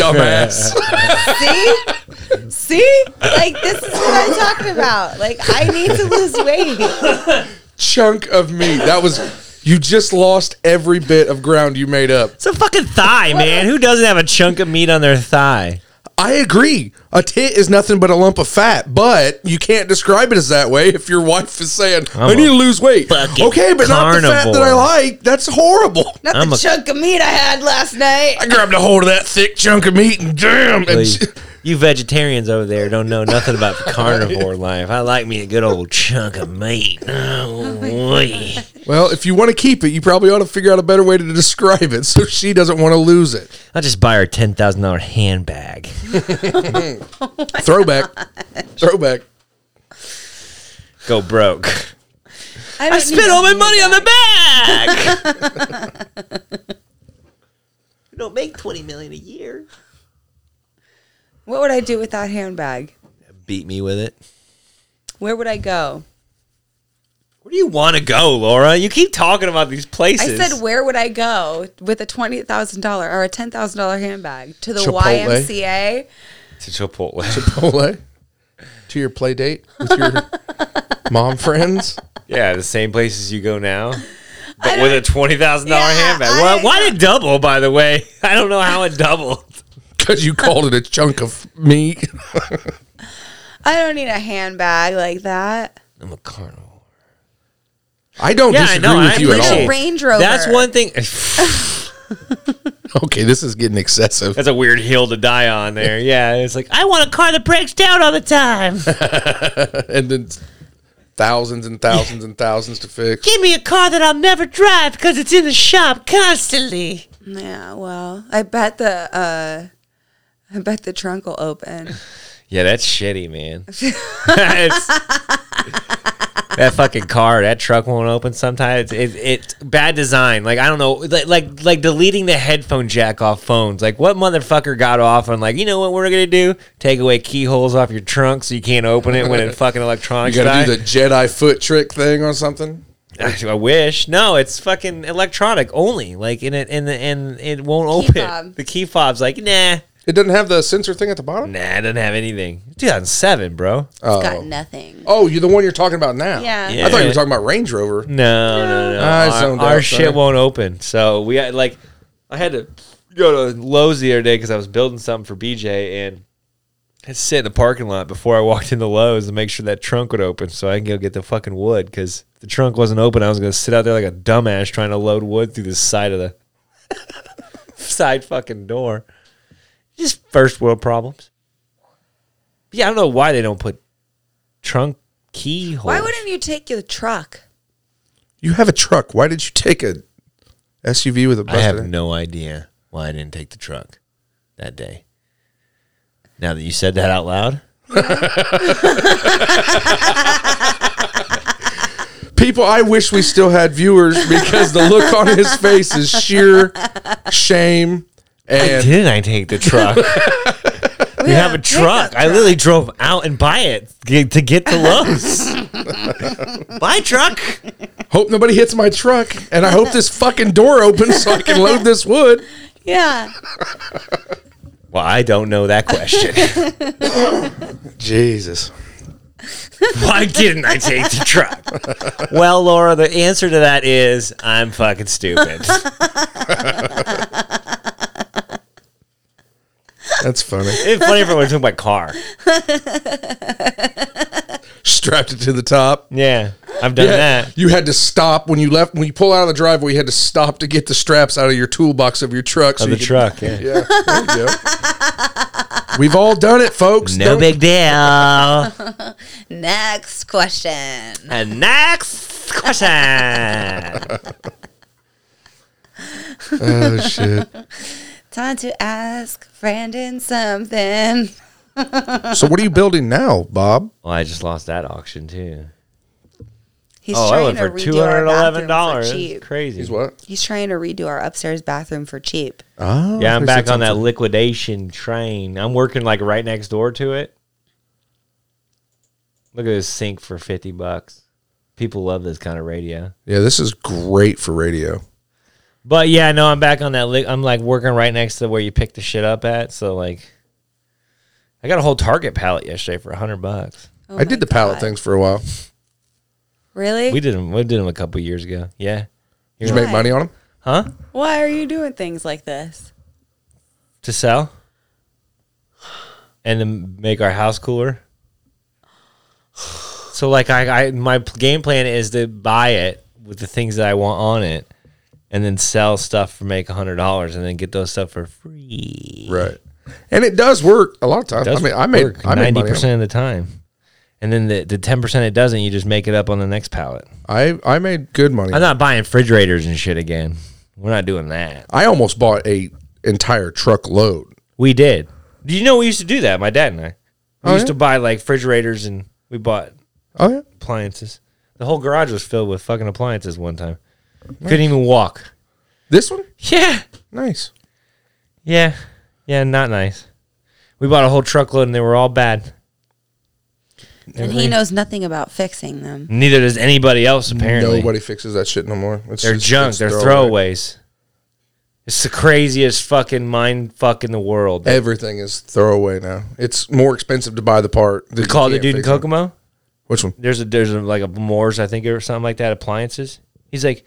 dumbass.
See? See? Like, this is what I'm talking about. Like, I need to lose weight.
chunk of meat. That was you just lost every bit of ground you made up.
It's a fucking thigh, man. Who doesn't have a chunk of meat on their thigh?
I agree. A tit is nothing but a lump of fat, but you can't describe it as that way if your wife is saying, i
I'm
need
a
to lose weight."
fucking
Okay, but not the fat that I
carnivore.
like. That's horrible.
Not
I'm
the
a-
chunk of meat I had last night.
I grabbed a hold of that thick chunk of meat and damn, and she-
You vegetarians over there don't know nothing about the carnivore life. I like me a good old chunk of meat. Oh, boy.
well, if you want to keep it, you probably ought to figure out a better way to describe it so she doesn't want to lose it.
I'll just buy her a ten thousand dollar handbag.
Throwback, throwback.
Go broke.
I,
I
don't need
spent all my money on the bag.
We don't make 20 million a year.
What would I do with that handbag?
Beat me with it.
Where would I go?
Where do you want to go, Laura? You keep talking about these
I
places.
said, where would I go with a twenty thousand dollar or a ten thousand dollar handbag to the
Chipotle.
YMCA?
to Chipotle.
Chipotle to your play date with your mom friends.
Yeah, the same places you go now, but
I
with a twenty thousand dollar
Yeah,
handbag.
I
Why,
don't
why did it double? By the way, I don't know how it doubled.
Because you called it a chunk of meat.
I don't need a handbag like that.
I'm a carnivore.
I don't
Yeah, I
disagree
know,
with
I
you at
Like
all.
a Range Rover.
That's one thing.
Okay, this is getting excessive.
That's a weird hill to die on. There, yeah. It's like I want a car that breaks down all the time.
And then thousands and thousands and thousands to fix.
Give me a car that I'll never drive because it's in the shop constantly.
Yeah. Well, I bet the uh, I bet the trunk will open.
Yeah, that's shitty, man. It's- that fucking car, that truck won't open. Sometimes it's it, it's bad design. Like I don't know, like, like like deleting the headphone jack off phones. Like what motherfucker got off on like you know what we're gonna do? Take away keyholes off your trunk so you can't open it when it fucking
You
electronics
gotta
die.
do the Jedi foot trick thing or something.
I wish no, it's fucking electronic only. Like in it in the and it won't open.
fob.
The key fob's like nah.
It doesn't have the sensor thing at the bottom.
Nah, it doesn't have anything. 2007, bro.
It's got nothing.
Oh, you're the one you're talking about
Oh.
now.
Yeah.
I thought you were talking about Range Rover.
No, no, no.
I
Our,
Ah, zoned
our
out, sorry.
shit won't open. So we had like, I had to go to Lowe's the other day because I was building something for BJ and I had to sit in the parking lot before I walked into Lowe's to make sure that trunk would open so I can go get the fucking wood because the trunk wasn't open. I was going to sit out there like a dumbass trying to load wood through the side of the side fucking door. Just first world problems. Yeah, I don't know why they don't put trunk keyholes.
Why wouldn't you take your truck?
You have a truck. Why did you take a SUV with a bus?
I have
in it?
no idea why I didn't take the truck that day. Now that you said that out loud,
People, I wish we still had viewers because the look on his face is sheer shame. And
didn't I take the truck? we have a truck. I literally drove out and buy it g- to get to Lowe's. buy truck.
Hope nobody hits my truck, and I hope this fucking door opens so I can load this wood.
Yeah.
Well, I don't know that question.
Jesus.
Why didn't I take the truck? well, Laura, the answer to that is I'm fucking stupid.
That's funny.
it's funny if everyone took my car.
Strapped it to the top.
Yeah, I've done that.
You had to stop when you left. When you pull out of the driveway, you had to stop to get the straps out of your toolbox of your truck. So
Of
you
the
could-
truck, yeah.
Yeah. There you go. We've all done it, folks.
No
Don't-
big deal.
Next question.
And next question.
Oh, shit.
Time to ask Brandon something.
So, what are you building now, Bob?
Well, I just lost that auction too.
He's
oh, I
trying
went
to
for two
redo our
hundred eleven
bathroom
dollars.
for cheap.
Crazy.
He's what?
He's trying to redo our upstairs bathroom for cheap.
Oh,
Yeah, I'm
he
back
said
on that
something.
liquidation train. I'm working like right next door to it. Look at this sink for fifty bucks. People love this kind of radio.
Yeah, this is great for radio.
But yeah, no, I'm back on that. Li- I'm like working right next to where you pick the shit up at. So like, I got a whole Target pallet yesterday for hundred bucks.
Oh
I did
my
the pallet
God.
things for a while.
Really?
We did them. We did them a couple years ago. Yeah,
Did you make
Why?
money on them?
huh?
Why are you doing things like this?
To sell, and then make our house cooler. So like, I, I my p- game plan is to buy it with the things that I want on it, and then sell stuff for make hundred dollars, and then get those stuff for free.
Right. And it does work a lot of times. I
does
mean, I made
work
I made money.
ninety
on 'em.
percent of the time, and then the the ten percent it doesn't, you just make it up on the next pallet.
I I made good money.
I'm not buying refrigerators and shit again. We're not doing that.
I almost bought a entire truckload.
We did. Do you know we used to do that? My dad and I.
Oh,
We used
yeah?
to buy like refrigerators and we bought
Oh yeah.
appliances. The whole garage was filled with fucking appliances one time. Couldn't even walk.
This one?
Yeah.
Nice.
Yeah. Yeah, not nice. We bought a whole truckload and they were all bad.
And he knows nothing about fixing them.
Neither does anybody else apparently.
Nobody fixes that shit no more. It's
They're
just-
junk.
it's
They're
throwaway.
throwaways. It's the craziest fucking mind fuck in the world.
Everything is throwaway now. It's more expensive to buy the part. than
we called the
can't
dude in
fix it.
Kokomo.
Which one?
There's a there's a, like a Moore's I think or something like that appliances. He's like,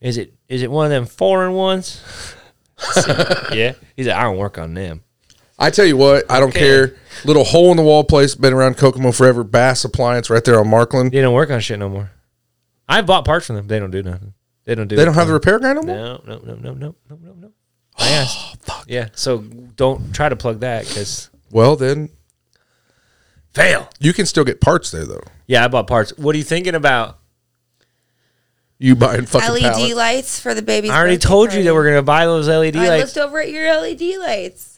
is it is it one of them foreign ones? I said, yeah. He's like, I don't work on them.
I tell you what, I don't care. Little hole in the wall place, been around Kokomo forever. Bass Appliance right there on Markland.
They don't work on shit no more. I bought parts from them. They don't do nothing. They don't do.
They don't have the Oh, repair guy no more?
No, no, no, no, no, no, no, no. I asked. Yeah. So don't try to plug that because
Well, then
fail.
you can still get parts there, though.
Yeah, I bought parts. What are you thinking about?
You buying fucking
LED
pallets.
E lights for the baby's.
I already
birthday
told you
party.
that we're gonna buy those LED
I
lights.
looked over at your LED lights.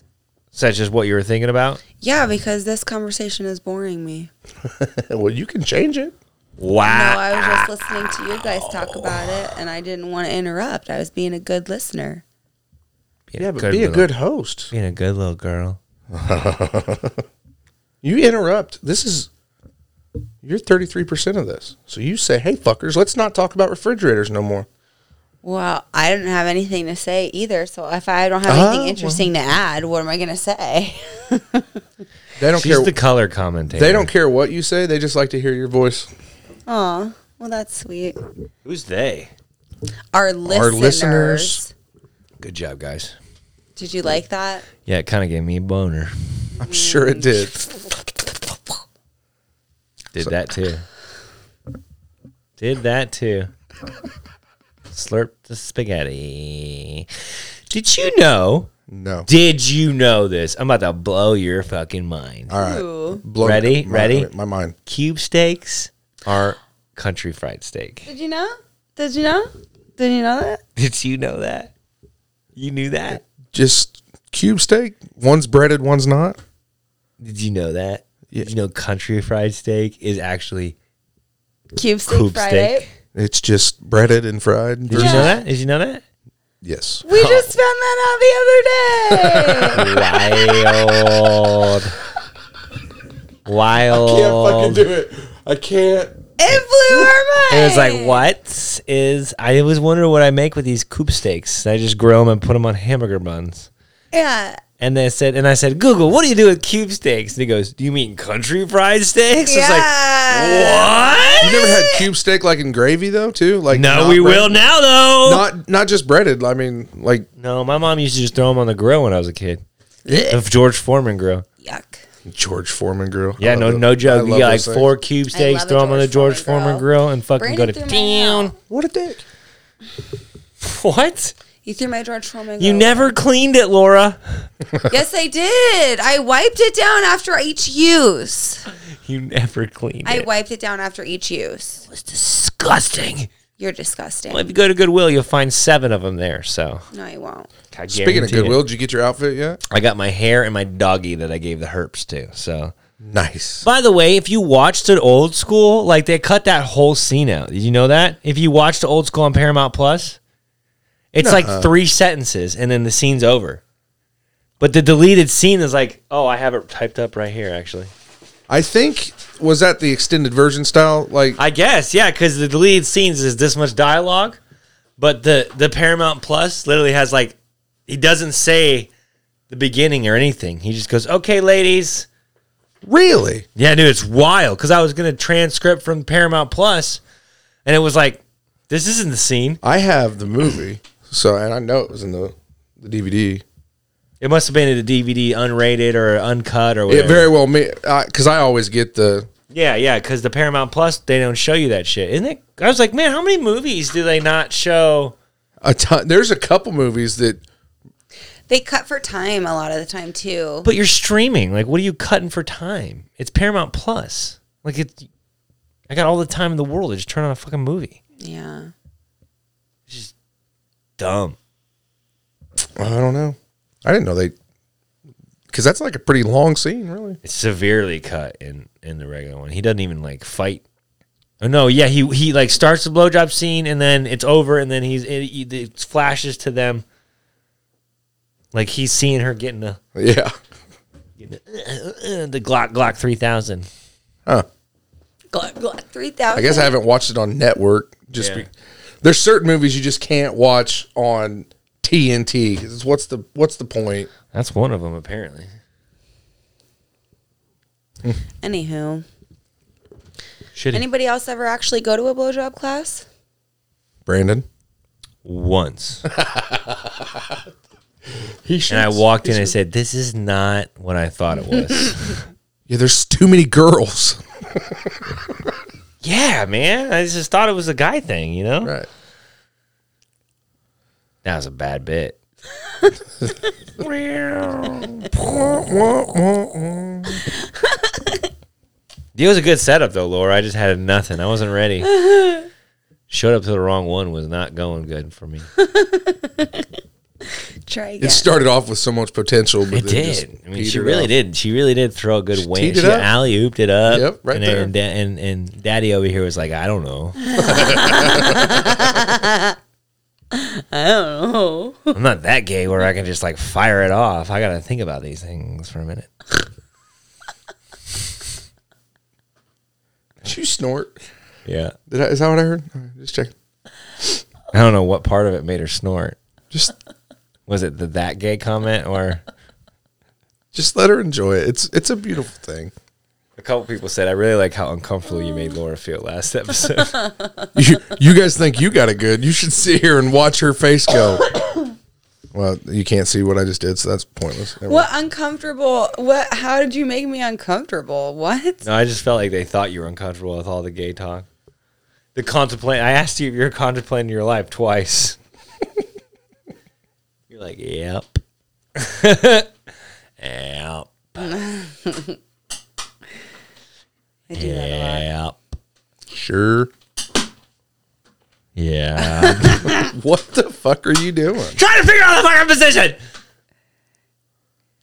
Such as what you were thinking about.
Yeah, because this conversation is boring me.
well, you can change it.
No,
Wow.
I was just listening to you guys talk about it, and I didn't want to interrupt. I was being a good listener.
yeah,
But be a good host.
being a good little girl.
You interrupt. This is you're 33% of this. So you say, "Hey fuckers, let's not talk about refrigerators no more."
Well, I didn't have anything to say either. So if I don't have anything interesting to add, what am I going to say?
They don't
She's
care
the color commentator.
They don't care what you say. They just like to hear your voice.
Aw, well, that's sweet.
Who's they?
Our listeners.
listeners.
Good job, guys.
Did you like that?
Yeah, it kind of gave me a boner.
I'm sure it did.
Did that too. Did that too. Slurp the spaghetti. Did you know?
No.
Did you know this? I'm about to blow your fucking mind.
All right.
Ooh.
Blow
Ready?
my-
Ready?
My mind.
Cube steaks are country fried steak.
Did you know? Did you know? Did you know that?
Did you know that? You knew that?
Just cube steak. One's breaded, one's not.
Did you know that? Did you know country fried steak is actually
Cube steak
coop
Friday.
steak?
It's just breaded and fried.
Did you know that? Did you know that?
Yes.
We just found that out the other day.
Wild.
Can't fucking
Wild.
do it. I can't.
It blew our mind.
It was like, what is? I always wonder what I make with these coop steaks. I just grill them and put them on hamburger buns.
Yeah.
And they said, and I said, Google, what do you do with cube steaks? And he goes, Do you mean country fried steaks? I was
Yes.
You never had cube steak like in gravy though, too. Like
like,
not
No, we
bread-
will now though.
Not not just breaded. I mean, like
no, my mom used to just throw them on the grill when I was a kid. The George Foreman grill.
Yuck.
George Foreman grill.
Yeah,
I
no,
love
no
it. I
joke. You
love
get like
those
four cube steaks,
love a
throw them on the
George
George
Foreman
Foreman
grill.
grill, and fucking
Brandon
go
threw
to
my
down.
nail.
What a dick. What?
You threw my George Foreman.
You
grill.
never cleaned it, Laura.
Yes, I did. I wiped it down after each use.
You never cleaned
I
it.
wiped it down after each use.
It's disgusting.
You're disgusting.
Well, if you go to Goodwill, you'll find seven of them there. So
No, I won't.
I
Speaking of
guarantee it.
Goodwill, did you get your outfit yet?
I got my hair and my doggy that I gave the herps to. So,
Nice.
by the way, if you watched it old school, like they cut that whole scene out. Did you know that? If you watched old school on Paramount Plus, it's like three sentences and then the scene's over. But the deleted scene is like, oh, I have it typed up right here, actually.
I think was that the extended version style? Like
I guess, yeah, because the deleted scenes is this much dialogue, but the the Paramount Plus literally has like he doesn't say the beginning or anything. He just goes, "Okay, ladies."
really?
Yeah, dude, it's wild because I was gonna transcript from Paramount Plus, and it was like, "This isn't the scene."
I have the movie, so and I know it was in the the DVD.
It must have been in the DVD, unrated or uncut or whatever.
It very well may because I always get the
yeah, yeah, because the Paramount Plus they don't show you that shit, isn't it? I was like, man, how many movies do they not show?
a ton. There's a couple movies that
They cut for time a lot of the time too.
But you're streaming. Like, what are you cutting for time? It's Paramount Plus. Like, it. I got all the time in the world to just turn on a fucking movie.
yeah.
Dumb.
I don't know. I didn't know they because that's like a pretty long scene, really.
It's severely cut in in the regular one. He doesn't even like fight. Oh no, yeah, he he like starts the blowjob scene and then it's over and then he's it, it flashes to them. Like he's seeing her getting the
Yeah.
the Glock Glock three thousand.
Huh.
Gluck, gluck, 3,000.
I guess I haven't watched it on network. Just
Yeah.
be, there's certain movies you just can't watch on TNT. 'cause it's- What's the what's the point?
That's one of them apparently.
Anywho.
Should he
Anybody else ever actually go to a blowjob class?
Brandon,
once.
he
and I walked in and I said, "This is not what I thought it was."
Yeah, there's too many girls.
yeah, man, I just thought it was a guy thing, you know.
Right.
That was a bad bit. it was a good setup though, Laura. I just had nothing. I wasn't ready. Showed up to the wrong one was not going good for me.
Try again.
It started off with so much potential, but
It
then just
did. I mean,
petered
she really
out.
did. She really did throw a good wing.
teed it
She
up.
alley ooped it up.
Yep, right
and,
there.
And, da- and and Daddy over here was like, I don't know.
I don't know.
I'm not that gay where I can just like fire it off. I gotta think about these things for a minute.
Did you snort?
Yeah,
Did I, is that what I heard? All right, just check.
I don't know what part of it made her snort.
Just
Was it the that gay comment or?
just let her enjoy it. It's it's a beautiful thing.
A couple people said, I really like how uncomfortable you made Laura feel last episode.
You, you guys think you got it good? You should sit here and watch her face go. Well, you can't see what I just did, so that's pointless. Never mind.
What uncomfortable? What? How did you make me uncomfortable? What?
no, I just felt like they thought you were uncomfortable with all the gay talk. The contemplate. I asked you if you're contemplating your life twice. you're like, yep. yep.
I do that a lot.
Yep.
Sure.
Yeah.
What the fuck are you doing?
Trying to figure out the fucking position.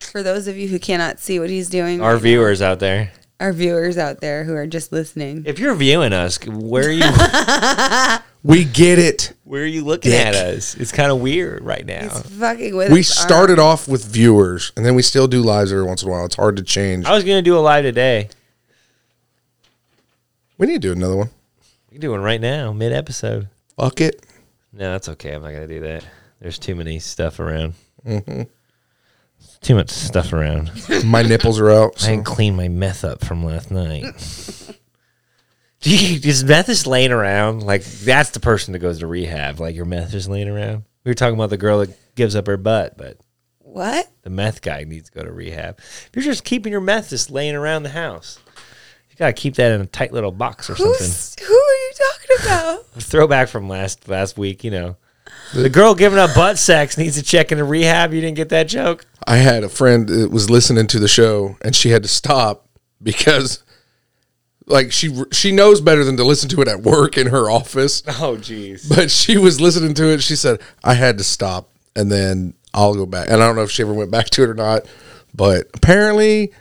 For those of you who cannot see what he's doing,
Our viewers out there.
our viewers out there who are just listening,
If you're viewing us, where are you
We get it.
where are you looking at us? It's kind of weird right now.
he's fucking with
We
his arm.
started off with viewers, and then we still do lives every once in a while. It's hard to change.
I was gonna do a live today.
We need to do another one.
We can do one right now, mid episode.
Fuck it.
Mm-hmm. No, that's okay. I'm not gonna do that. There's too many stuff around. Too much stuff around.
My nipples are out.
I didn't clean my meth up from last night. Gee, Is meth just laying around? Like that's the person that goes to rehab. Like your meth is laying around. We were talking about the girl that gives up her butt, but
What?
the meth guy needs to go to rehab. If you're just keeping your meth just laying around the house, you gotta keep that in a tight little box or something.
Who's, who are you talking about?
Throwback from last last week, you know. The girl giving up butt sex needs to check into rehab. You didn't get that joke.
I had a friend that was listening to the show and she had to stop because like she she knows better than to listen to it at work in her office,
Oh, jeez.
but she was listening to it. She said, "I had to stop and then I'll go back." And I don't know if she ever went back to it or not, but apparently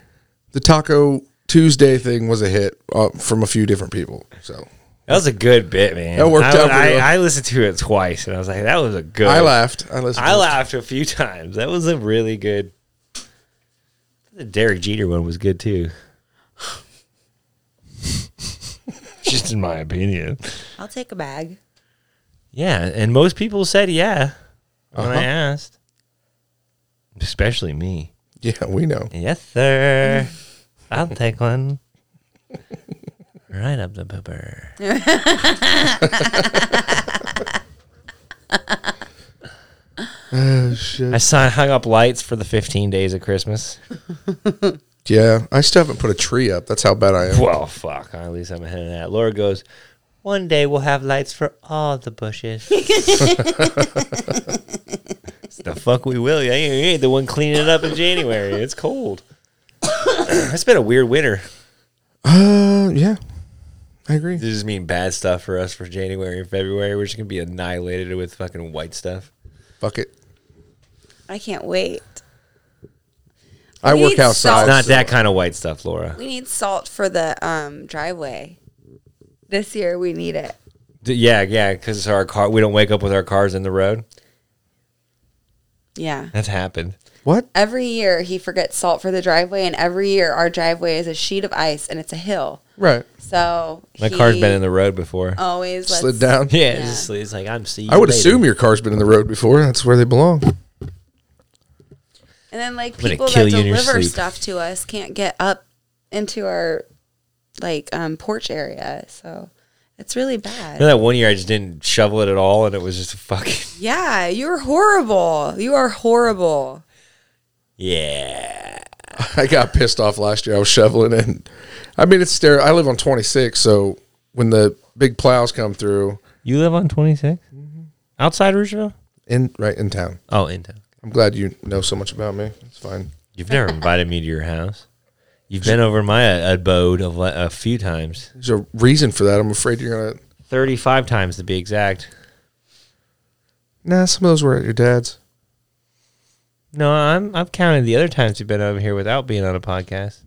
the Taco Tuesday thing was a hit uh, from a few different people. So
That was a good bit, man.
That worked
I,
out
I,
pretty well.
I listened to it twice, and I was like, "That was a good."
I laughed. I listened.
I
to it.
laughed a few times. That was a really good. The Derek Jeter one was good too. Just in my opinion.
I'll take a bag.
Yeah, and most people said yeah when
Uh-huh.
I asked, especially me.
Yeah, we know.
Yes, sir. I'll take one. right up the pooper. I saw, hung up lights for the 15 days of Christmas.
Yeah, I still haven't put a tree up. That's how bad I am.
Well, fuck. At least I'm ahead of that. Laura goes, One day we'll have lights for all the bushes. It's the fuck we will. Yeah, you ain't the one cleaning it up in January. It's cold. it's been a weird winter.
Uh, yeah, I agree.
This just mean bad stuff for us for January and February. We're just gonna be annihilated with fucking white stuff.
Fuck it.
I can't wait.
I
We
work
need
outside.
salt.
Not that kind of white stuff, Laura.
We need salt for the um, driveway. This year we need it.
D- yeah, yeah, because our car. We don't wake up with our cars in the road.
Yeah.
That's happened.
Every year he forgets salt for the driveway, and every year our driveway is a sheet of ice and it's a hill.
Right.
So
My car's been in the road before.
always lets-
Slid down.
Oh, yeah, It's, just- it's like I'm seeing.
I would assume your car's been in the road before. That's where they belong.
And then like
gonna
people
kill
that
you in your
deliver
sleep.
stuff to us can't get up into our like um, porch area, so it's really bad.
Remember that one year I just didn't shovel it at all, and it was just a fucking
Yeah, you're horrible. You are horrible.
yeah.
I got pissed off last year. I was shoveling, and I mean it's stereo. I live on 26, so when the big plows come through,
You live on 26 outside Roosevelt?
in right in town.
Oh, in town.
I'm glad you know so much about me. It's fine.
You've never invited me to your house. You've been over my uh, abode a, li- a few times.
There's a reason for that. I'm afraid you're gonna.
35 times to be exact.
Nah, some of those were at your dad's.
No, I'm I've counted the other times you've been over here without being on a podcast.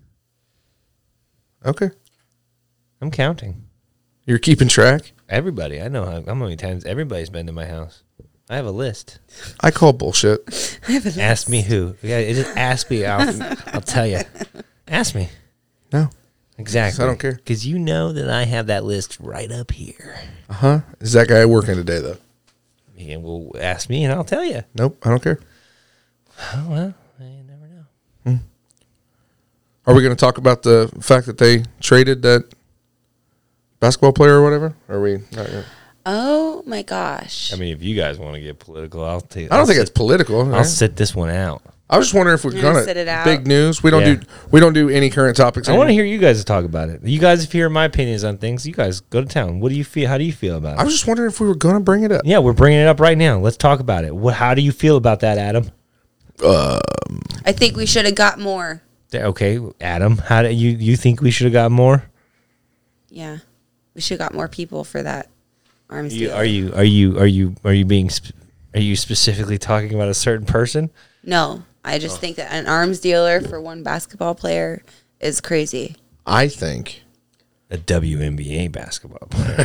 Okay,
I'm counting
you're keeping track.
everybody. I know how, how many times everybody's been to my house. I have a list.
I call bullshit.
Ask me who. Yeah, it just ask me. I'll, I'll tell you. Ask me
No,
exactly.
I don't care.
because you know that I have that list right up here.
is that guy working today though?
And will ask me, and I'll tell you.
Nope, I don't care.
Oh well, you never know.
Are we going to talk about the fact that they traded that basketball player or whatever? Are we? Not yet?
Oh my gosh.
I mean, if you guys want to get political, I'll take.
I don't think it's political.
I'll
right?
sit this one out.
I was just wondering if we're
You're gonna
gonna
sit it out?
big news. We don't
Yeah.
do we don't do any current topics.
I want to hear you guys talk about it. You guys hear my opinions on things. You guys go to town. What do you feel? How do you feel about it?
I was just wondering if we were gonna bring it up.
Yeah, we're bringing it up right now. Let's talk about it. What, how do you feel about that, Adam?
I think we should have got more.
Th- Okay, Adam, how do you you think we should have got more?
Yeah. We should have got more people for that arms
You,
deal.
are you are you are you are you being sp- are you specifically talking about a certain person?
no, I
Oh.
just think that an arms dealer for one basketball player is crazy.
I think
A WNBA basketball player.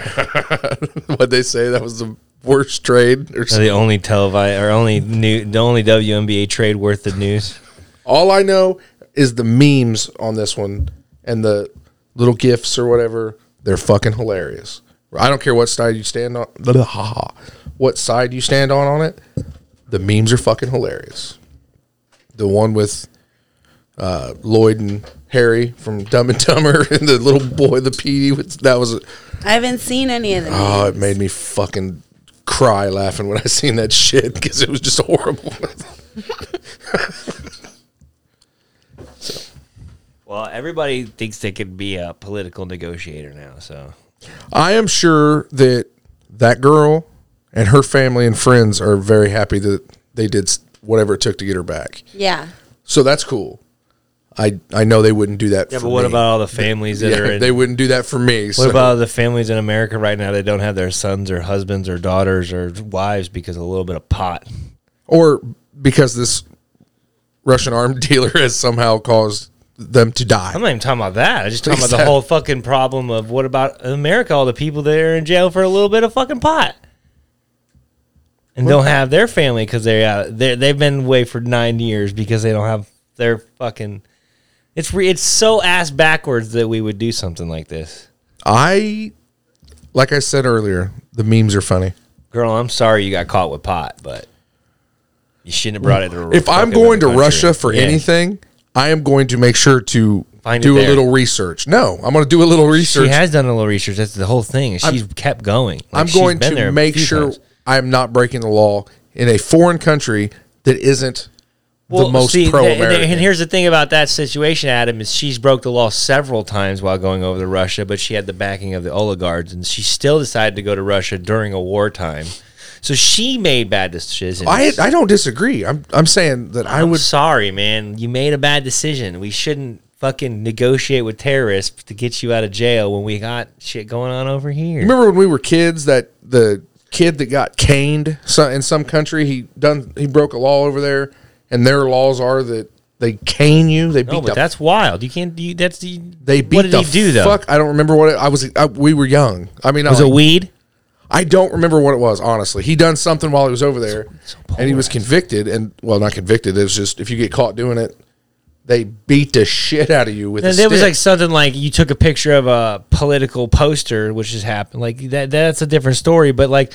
what they say that was the worst trade. Or something.
the only televi or only new the only WNBA trade worth the news.
All I know is the memes on this one and the little gifs or whatever. They're fucking hilarious. I don't care what side you stand on. Blah, blah, ha, ha. What side you stand on on it? The memes are fucking hilarious. the one with uh, Lloyd and Harry from Dumb and Dumber, and the little boy, the PD. was- That was
I haven't seen any of them.
Uh,
oh, it made me fucking cry laughing when I seen that shit because it was just horrible.
Well, everybody thinks they could be a political negotiator now. So
I am sure that that girl and her family and friends are very happy that they did s- whatever it took to get her back.
yeah.
So that's cool. I I know they wouldn't do that.
yeah,
for
but what
me.
about all the families that
Yeah,
are in?
they wouldn't do that for me.
what
so-
about the families in America right now that don't have their sons or husbands or daughters or wives because of a little bit of pot?
or because this Russian arm dealer has somehow caused them to die?
I'm not even talking about that. I'm just talking about the
Exactly.
whole fucking problem of what about America? All the people that are in jail for a little bit of fucking pot and don't have their family because they're out. They're, they've been away for nine years because they don't have their fucking. It's re, it's so ass backwards that we would do something like this,
I like I said earlier, the memes are funny.
girl. I'm sorry you got caught with pot, but you shouldn't have brought it to.
If I'm
fucking
going to
other country.
Russia for
Yeah.
anything, I am going to make sure to
Find it
do a
there.
little research. No, I'm going to do a little
She
research.
has done a little research. That's the whole thing. She's kept going. Like,
I'm
she's
going
been there
to
a
make
few
sure
times.
I'm not breaking the law in a foreign country that isn't the most
see,
pro
th- th- And
American.
here's the thing about that situation, Adam, is she's broke the law several times while going over to Russia, but she had the backing of the oligarchs, and she still decided to go to Russia during a wartime. So she made bad decisions.
I I don't disagree. I'm I'm saying that I
I'm
would
sorry, man. You made a bad decision. We shouldn't fucking negotiate with terrorists to get you out of jail when we got shit going on over here.
You remember when we were kids that the kid that got caned so- in some country he done he broke a law over there and their laws are that they cane you they beat
no, but
the,
that's wild. You can't. You, that's the.
they beat
what did
the
he do though?
fuck I don't remember what it, I was I, we were young I mean
It was
I,
a weed.
I don't remember what it was honestly he done something while he was over there and he was convicted and well not convicted it was just if you get caught doing it they beat the shit out of you with
And
a
it was
stick.
like something like you took a picture of a political poster, which has happened. Like that, that's a different story. But like,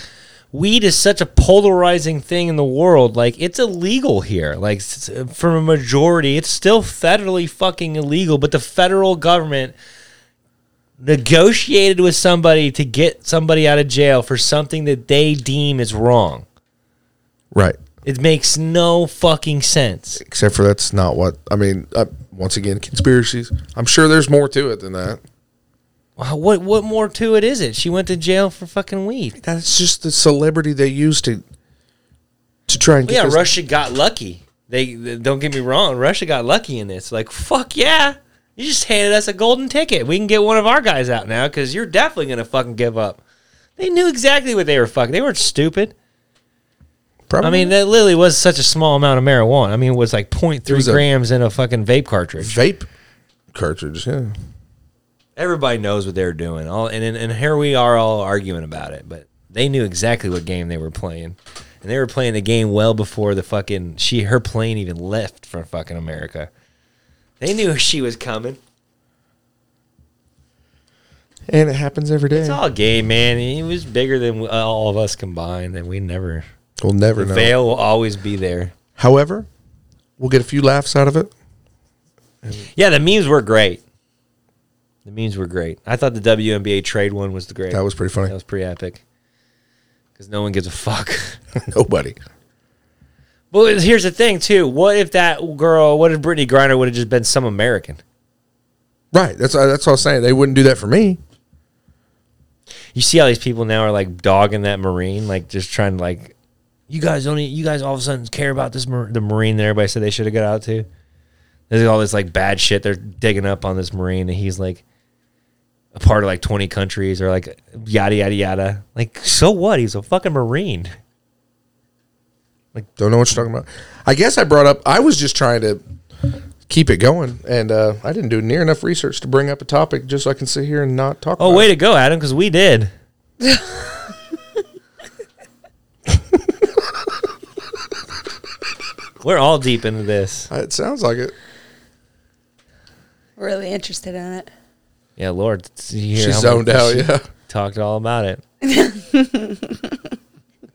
weed is such a polarizing thing in the world. Like it's illegal here. Like s- s- for a majority, it's still federally fucking illegal. But the federal government negotiated with somebody to get somebody out of jail for something that they deem is wrong.
right
It makes no fucking sense.
except for that's not what I mean. Uh, once again, conspiracies. I'm sure there's more to it than that.
Wow, What what more to it is it? She went to jail for fucking weed.
That's just the celebrity they use to to try and
Well,
get.
yeah,
this-
Russia got lucky. They, they- don't get me wrong. Russia got lucky in this. Like fuck yeah, you just handed us a golden ticket. We can get one of our guys out now because you're definitely gonna fucking give up. They knew exactly what they were fucking. They weren't stupid.
Probably.
I mean, that literally was such a small amount of marijuana. I mean, it was like 0.3
was a-
grams in a fucking vape cartridge.
vape cartridge. Yeah,
Everybody knows what they're doing. All and, and and here we are all arguing about it, but they knew exactly what game they were playing. And they were playing the game well before the fucking she her plane even left for fucking America. They knew she was coming.
and it happens every day.
It's all game, man. It was bigger than uh, all of us combined, and we never.
we'll never
The
know.
veil will always be there.
However, we'll get a few laughs out of it.
Yeah, the memes were great. The memes were great. I thought the WNBA trade one was the great.
That was pretty funny.
that was pretty epic. Because no one gives a fuck.
Nobody.
But here's the thing, too. What if that girl? What if Brittany Griner would have just been some American?
Right. That's uh, that's what I was saying. They wouldn't do that for me.
You see how these people now are like dogging that Marine, like just trying to like, you guys only, you guys all of a sudden care about this Mar- the Marine that everybody said they should have got out to. There's all this like bad shit they're digging up on this Marine that he's like a part of like 20 countries or like yada yada yada. Like so what? He's a fucking Marine.
Don't know what you're talking about. I guess I brought up. I was just trying to keep it going, and uh, I didn't do near enough research to bring up a topic just so I can sit here and not talk.
Oh,
about
way to go, Adam, because we did. We're all deep into this.
Uh, It. it sounds like it.
Really interested in it.
Yeah, Lord, you hear
She's
how
zoned
much
out.
she
Yeah.
Talked all about it.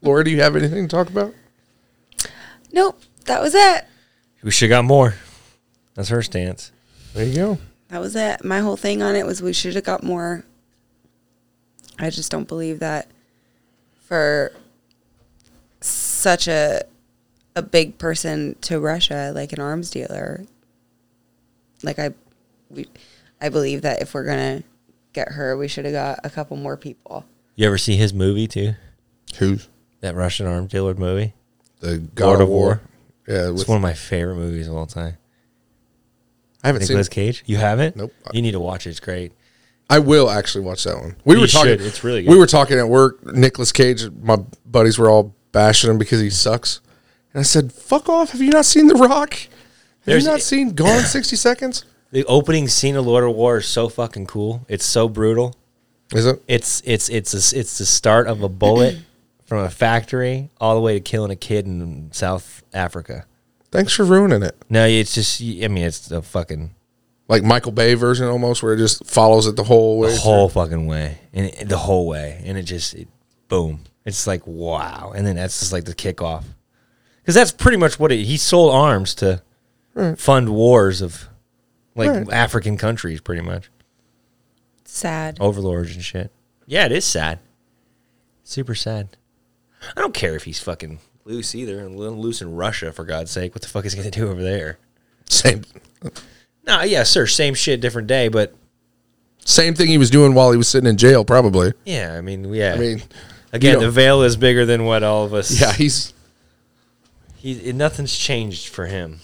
Laura, do you have anything to talk about?
Nope. That was it.
We should got more. That's her stance.
There you go.
That was it. My whole thing on it was we should have got more. I just don't believe that for such a a big person to Russia, like an arms dealer. Like I, we, I believe that if we're gonna get her, we should have got a couple more people.
You ever see his movie too?
Who's
That Russian arm dealer movie.
the God
Lord
of
of
War?
War.
Yeah,
It's
with,
one of my favorite movies of all time.
I haven't seen.
Nicolas
it.
Cage. You haven't?
Nope.
You need to watch it. It's great.
I will actually watch that one. We
You
were talking.
should. It's really
We
good.
were talking at work. Nicolas Cage. My buddies were all bashing him because he sucks. And I said, "Fuck off! Have you not seen The Rock? Have
There's-
you not seen Gone sixty seconds?
The opening scene of Lord of War is so fucking cool. It's so brutal.
Is it?
It's it's it's a, it's the start of a bullet from a factory all the way to killing a kid in South Africa.
Thanks for ruining it.
No, it's just I mean it's the fucking
Like Michael Bay version almost, where it just follows it the whole way.
the whole fucking way and it, the whole way and it just it, boom. It's like wow, and then that's just like the kickoff because that's pretty much what it, he sold arms to fund wars of like African countries, pretty much.
Sad.
Oh, overlords and shit. Yeah, it is sad. Super sad. I don't care if he's fucking loose either, and lo- loose in Russia for God's sake. What the fuck is he gonna do over there?
Same,
Nah, yeah, sir, same shit, different day. But
same thing he was doing while he was sitting in jail, probably.
yeah, I mean, yeah.
I mean,
again,
you know-
the veil is bigger than what all of us.
yeah, he's
he nothing's changed for him.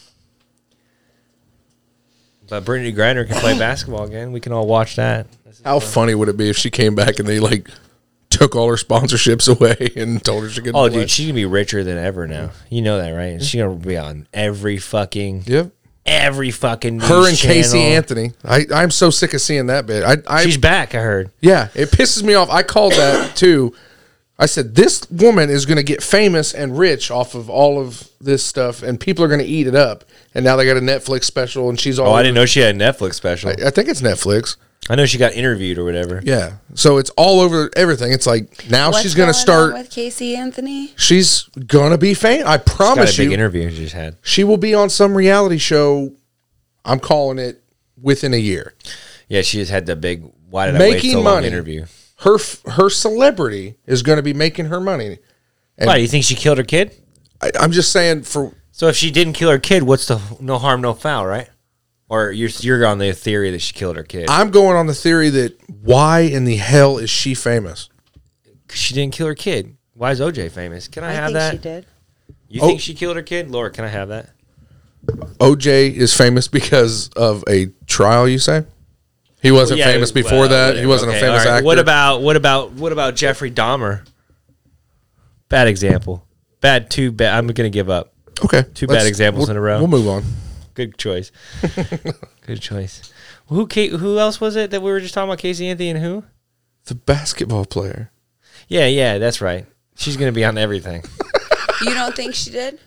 But Brittany Griner can play basketball again. We can all watch that.
How funny would it be if she came back and they like took all her sponsorships away and told her she couldn't?
Oh,
play?
dude, she's gonna be richer than ever now. You know that, right? She's gonna be on every fucking
Yep.
every fucking news
Her and Casey
channel.
Anthony. I, I'm so sick of seeing that bit. I, I
She's back, I heard.
yeah, it pisses me off. I called that too. I said this woman is going to get famous and rich off of all of this stuff, and people are going to eat it up. And now they got a Netflix special, and she's all.
Oh, I didn't know she had a Netflix special.
I think it's Netflix.
I know she got interviewed or whatever.
Yeah, so it's all over everything. It's like now
What's
she's going to
going on
start.
with Casey Anthony.
she's going to be famous. I
Got
promise
a big
you.
interview she just had.
she will be on some reality show. I'm calling it within a year.
Yeah, she just had the big why did I wait
Making
so long
money.
interview.
Her f- her celebrity is going to be making her money.
Why do you think she killed her kid?
I, I'm just saying for
So if she didn't kill her kid, what's the no harm, no foul, right? Or you're you're on the theory that she killed her kid.
I'm going on the theory that why in the hell is she famous?
she didn't kill her kid. Why is OJ famous? Can I,
I
have
think
that?
she did.
You
Oh.
think she killed her kid, Laura? Can I have that?
OJ is famous because of a trial. You say he wasn't
Yeah,
famous
well,
before that. He
whatever.
wasn't
Okay,
a famous
all right.
actor.
What about what about what about Jeffrey Dahmer? Bad example. Bad. Too bad. I'm gonna give up.
okay?
two
let's-
bad examples
we'll-
in a row.
We'll move on.
Good choice. Good choice. Who ca- who else was it that we were just talking about? Casey Anthony and who?
The basketball player.
Yeah, yeah, that's right. She's gonna be on everything.
You don't think she did?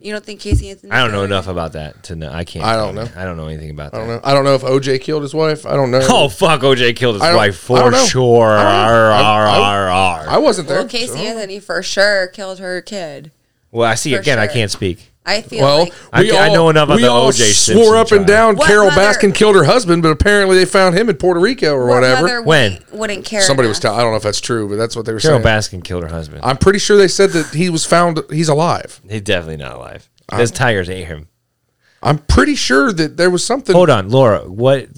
You don't think Casey Anthony?
I don't know
killed her?
enough about that to know. I can't.
I don't
comment. I don't know anything about that.
I don't know. I don't know if OJ killed his wife. I don't know.
Oh fuck! OJ killed his
I don't-
wife
I
for
don't know.
sure.
I don't know.
Arr,
I-
arr,
I-
arr, arr.
I wasn't there.
Well, Casey Anthony for sure killed her kid.
well, I see.
For
Again, I
sure.
can't speak.
I feel
Well,
like
I
we
ca- I
all-
know enough about
we
the
all swore
OJ Simpson
up and
trial.
down
What
Carol
mother-
Baskin killed her husband, but apparently they found him in Puerto Rico or
What
whatever.
mother
When?
wouldn't- wouldn't care.
Somebody was
enough?
telling. I don't know if that's true, but that's what they were
Carol
saying.
Baskin killed her husband.
I'm pretty sure they said that he was found. He's alive.
He's definitely not alive. Those tigers ate him.
I'm pretty sure that there was something.
Hold on, Laura. What?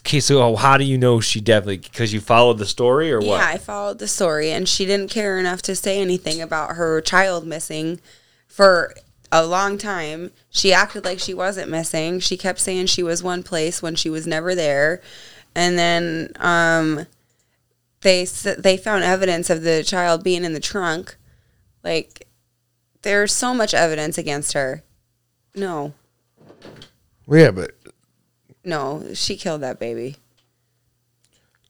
Okay, so oh, how do you know she definitely? Because you followed the story or what?
Yeah, I followed the story, and she didn't care enough to say anything about her child missing for a long time. She acted like she wasn't missing. She kept saying she was one place when she was never there, and then um, they s- they found evidence of the child being in the trunk. Like, there's so much evidence against her. No,
Well, yeah, but
no, she killed that baby.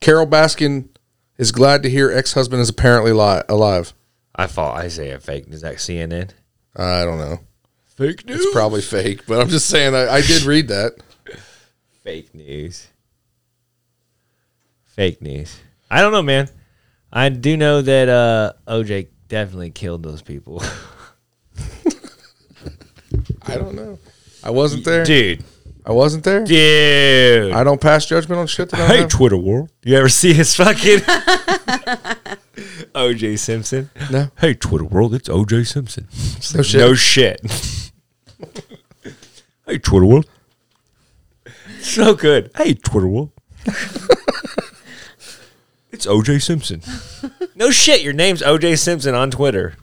Carol Baskin is glad to hear ex-husband is apparently li- alive.
I follow. I say a fake. Is that CNN?
I don't know.
Fake news.
It's probably fake, but I'm just saying. I, I did read that.
fake news. Fake news. I don't know, man. I do know that uh, OJ definitely killed those people.
I don't know. I wasn't there.
dude.
I wasn't there.
Dude.
I don't pass judgment on shit that I have.
Twitter world. You ever see his fucking OJ Simpson?
No.
Hey, Twitter world, it's OJ Simpson. It's like,
shit.
No shit. hey, Twitter world. So good. Hey, Twitter world. it's OJ Simpson. no shit, your name's OJ Simpson on Twitter.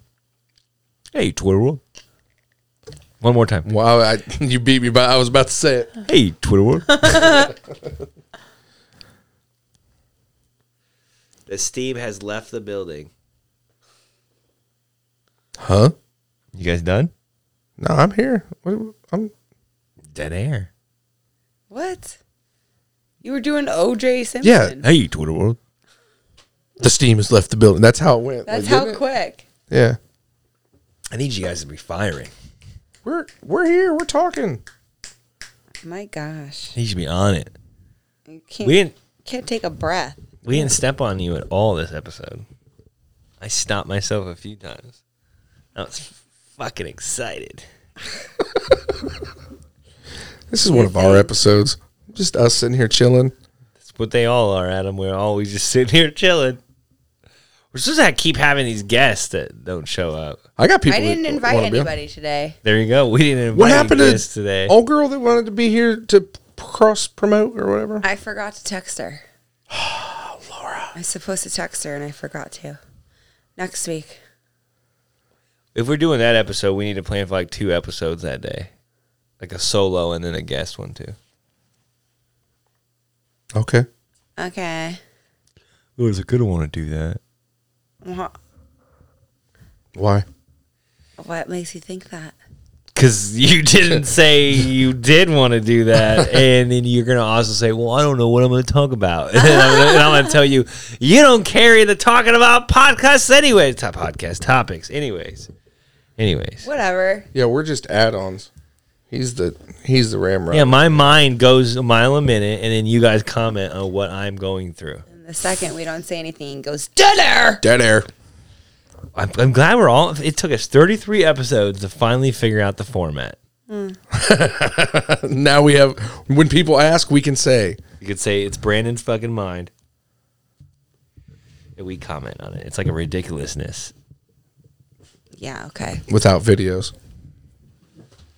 Hey, Twitter world. One more time.
Wow, I, you beat me by. I was about to say it.
Hey, Twitter world. the steam has left the building.
Huh?
You guys done?
No, I'm here. What- I'm
Dead air.
What? You were doing OJ Simpson.
Hey, Twitter world.
the steam has left the building. That's how it went.
That's
Like,
how
didn't it?
quick.
Yeah.
I need you guys to be firing.
We're we're here. We're talking.
My gosh.
I need you to be on it.
You can't,
We didn't.
can't take a breath.
We didn't step on you at all this episode. I stopped myself a few times. I was fucking excited.
This is one of our episodes. Just us sitting here chilling.
That's what they all are, Adam. We're always just sitting here chilling. We're supposed to keep having these guests that don't show up.
I got people.
I didn't
that
invite
wanna be on.
anybody today.
There you go. We didn't invite
What happened to Oh.
guests today.
old girl that wanted to be here to cross promote or whatever?
I forgot to text her. Laura. I was supposed to text her and I forgot to. Next week.
If we're doing that episode, we need to plan for like two episodes that day, like a solo and then a guest one too.
Okay.
Okay.
Louis, I could want to do that.
Wha-
Why?
What makes you think that?
Because you didn't say you did want to do that. And then you're going to also say, well, I don't know what I'm going to talk about. and I'm going to tell you, you don't carry the talking about podcasts anyways. Top podcast topics. Anyways. Anyways.
Whatever.
Yeah, we're just add-ons. He's the he's the ramrod.
Yeah, my mind goes a mile a minute. And then you guys comment on what I'm going through.
The second we don't say anything, it goes dinner.
Dead air.
I'm, I'm glad we're all, it took us 33 episodes to finally figure out the format.
Now we have. When people ask, we can say
You could say it's Brandon's fucking mind. And we comment on it. It's like a ridiculousness.
Yeah, okay.
without videos.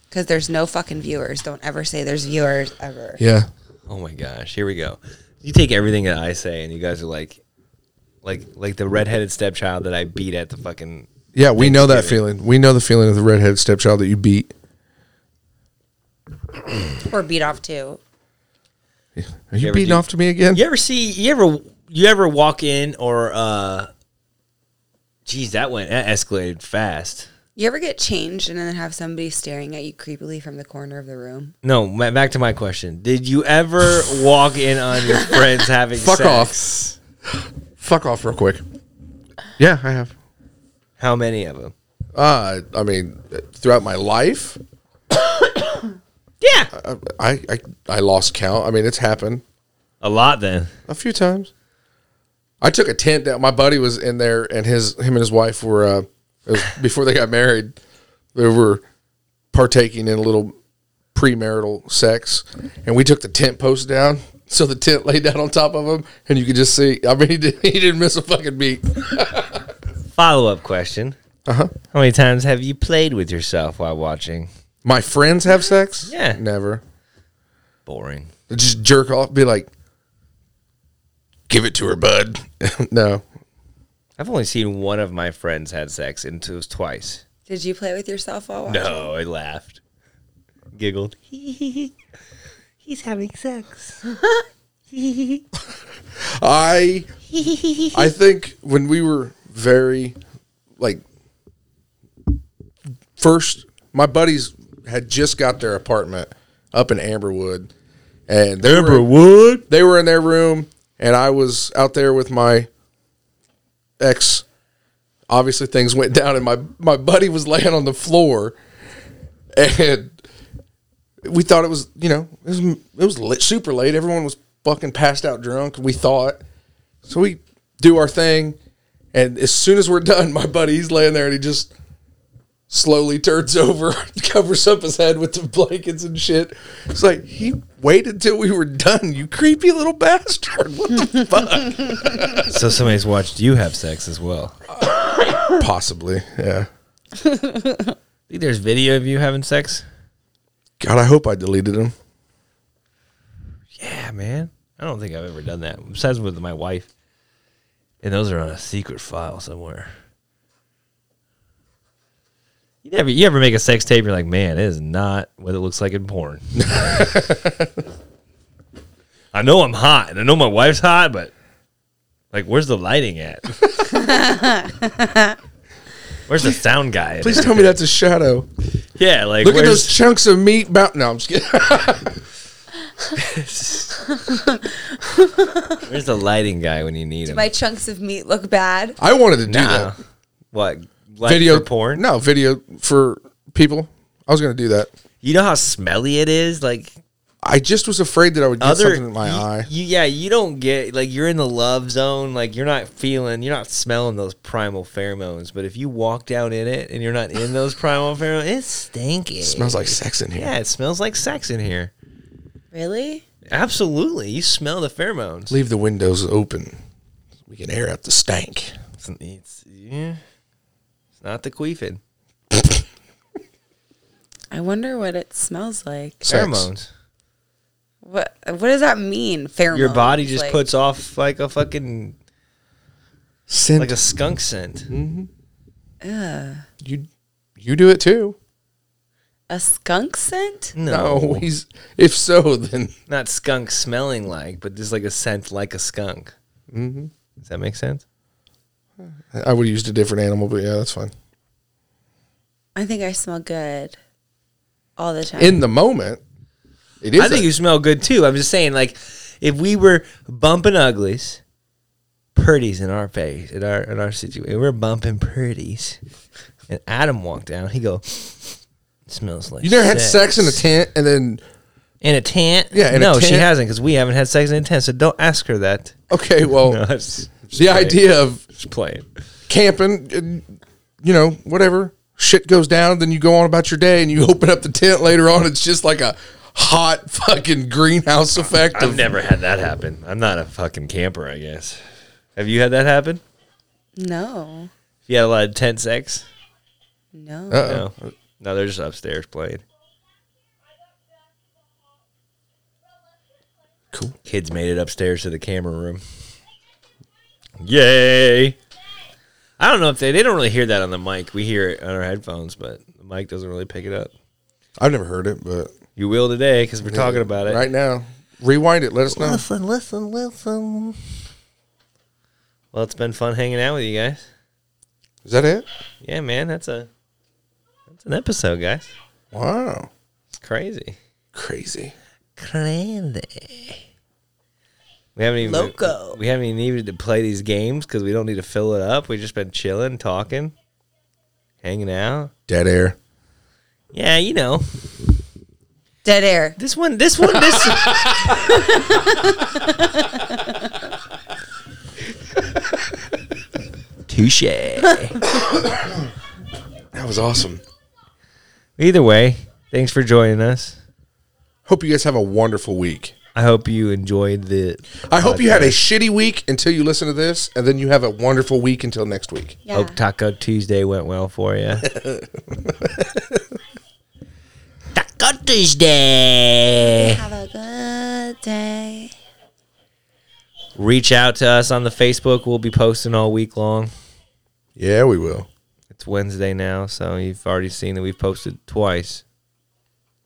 Because there's no fucking viewers. Don't ever say there's viewers ever.
Yeah.
Oh my gosh, here we go. You take everything that I say, and you guys are like, like, like the redheaded stepchild that I beat at the fucking.
Yeah, we know that feeling. We know the feeling of the redheaded stepchild that you beat.
Or beat off too.
Are you,
ever
beating
do-
off to me again?
You ever see? You ever? You ever walk in or? uh Geez, that went that escalated fast.
You ever get changed and then have somebody staring at you creepily from the corner of the room?
No, ma- back to my question. Did you ever walk in on your friends having
Fuck
sex?
Fuck off real quick. Yeah, I have.
How many of them?
Uh, I mean, throughout my life,
Yeah,
I, I I lost count. I mean, it's happened
a lot then.
a few times. I took a tent down. My buddy was in there, and his him and his wife were uh, it was before they got married. They were partaking in a little premarital sex, and we took the tent post down. So the tent lay down on top of him, and you could just see. I mean, he, did, he didn't miss a fucking beat.
Follow up question. Uh huh. How many times have you played with yourself while watching?
My friends have sex?
Yeah.
Never.
Boring.
They Just jerk off, be like, give it to her, bud. no.
I've only seen one of my friends had sex, and it was twice.
Did you play with yourself while watching?
No, I laughed, giggled.
He's having sex.
I I think when we were very like first my buddies had just got their apartment up in Amberwood and they were,
Wood.
they were in their room and I was out there with my ex obviously things went down and my my buddy was laying on the floor and we thought it was you know it was it was lit, super late everyone was fucking passed out drunk we thought so we do our thing and as soon as we're done my buddy he's laying there and he just slowly turns over, covers up his head with the blankets and shit. It's like he waited till we were done. You creepy little bastard. What the fuck?
So somebody's watched you have sex as well. I
Possibly, yeah.
think there's video of you having sex.
God, I hope I deleted him.
Yeah, man. I don't think I've ever done that. Besides with my wife. And those are on a secret file somewhere. You never you ever make a sex tape, you're like, man, it is not what it looks like in porn. I know I'm hot and I know my wife's hot, but like where's the lighting at? where's the sound guy? at?
Please tell me that's a shadow.
Yeah, like
Look at
where's-
those chunks of meat. Bound- no, I'm just kidding.
Where's the lighting guy when you need him?
My chunks of meat look bad.
I wanted to do
nah.
that.
What? Like
Video
for porn?
No, video for people. I was going to do that.
You know how smelly it is? Like
I just was afraid that I would get
other
something in my
you-
eye.
You, yeah, you don't get like you're in the love zone, like you're not feeling, you're not smelling those primal pheromones. But if you walk down in it and you're not in those primal pheromones, it's stinky.
smells like sex in here.
yeah, it smells like sex in here.
Really?
Absolutely, you smell the pheromones.
Leave the windows open. We can air out the stank.
It's, it's, yeah, it's not the queefing
I wonder what it smells like.
Sex.
pheromones.
What What does that mean? Pheromones.
Your body just
Like,
puts off like a fucking
Scent.
like a skunk scent.
Mm-hmm. you, you do it too.
a skunk scent.
Mm.
No, he's if so, then
not skunk smelling like, but just like a scent like a skunk. Mm-hmm. Does that make sense?
I would have used a different animal. But yeah, that's fine.
I think I smell good all the time.
In the moment, it is.
I think
a-
you smell good too. I'm just saying, like, if we were bumping uglies, purties in our face, in our in our situation, we're bumping purties, and Adam walked down. He go, smells like
you never had sex in a tent, and then
in a tent.
Yeah, in a
no, she
tent.
hasn't because we haven't had sex in a tent. So don't ask her that.
okay, well,
No, it's
the idea of
just playing.
camping, and, you know, whatever shit goes down, then you go on about your day, and you open up the tent later on. It's just like a hot fucking greenhouse effect.
I've
of,
never had that happen. I'm not a fucking camper, I guess. Have you had that happen?
no,
You had a lot of tent sex?
no.
Uh-oh.
No. No, they're just upstairs playing.
Cool.
Kids made it upstairs to the camera room. Yay. I don't know if they they don't really hear that on the mic. We hear it on our headphones, but the mic doesn't really pick it up.
I've never heard it, but
You will today because we're talking about it.
right now. Rewind it. Let us know.
Listen, listen, listen. Well, it's been fun hanging out with you guys.
Is that it?
Yeah, man, that's a that's an episode, guys.
Wow.
It's crazy.
Crazy.
Crazy. We haven't even
Loco.
We haven't even needed to play these games because we don't need to fill it up. We've just been chilling, talking, hanging out.
Dead air.
Yeah, you know
Dead air.
this one. This one. This. Touche.
That was awesome.
Either way, thanks for joining us.
Hope you guys have a wonderful week.
I hope you enjoyed the.
I hope you had a shitty week until you listen to this, and then you have a wonderful week until next week.
Yeah.
Hope Taco Tuesday went well for you.
Taco Tuesday.
Have a good day.
Reach out to us on the Facebook. We'll be posting all week long.
Yeah, we will.
It's Wednesday now, so you've already seen that we've posted twice.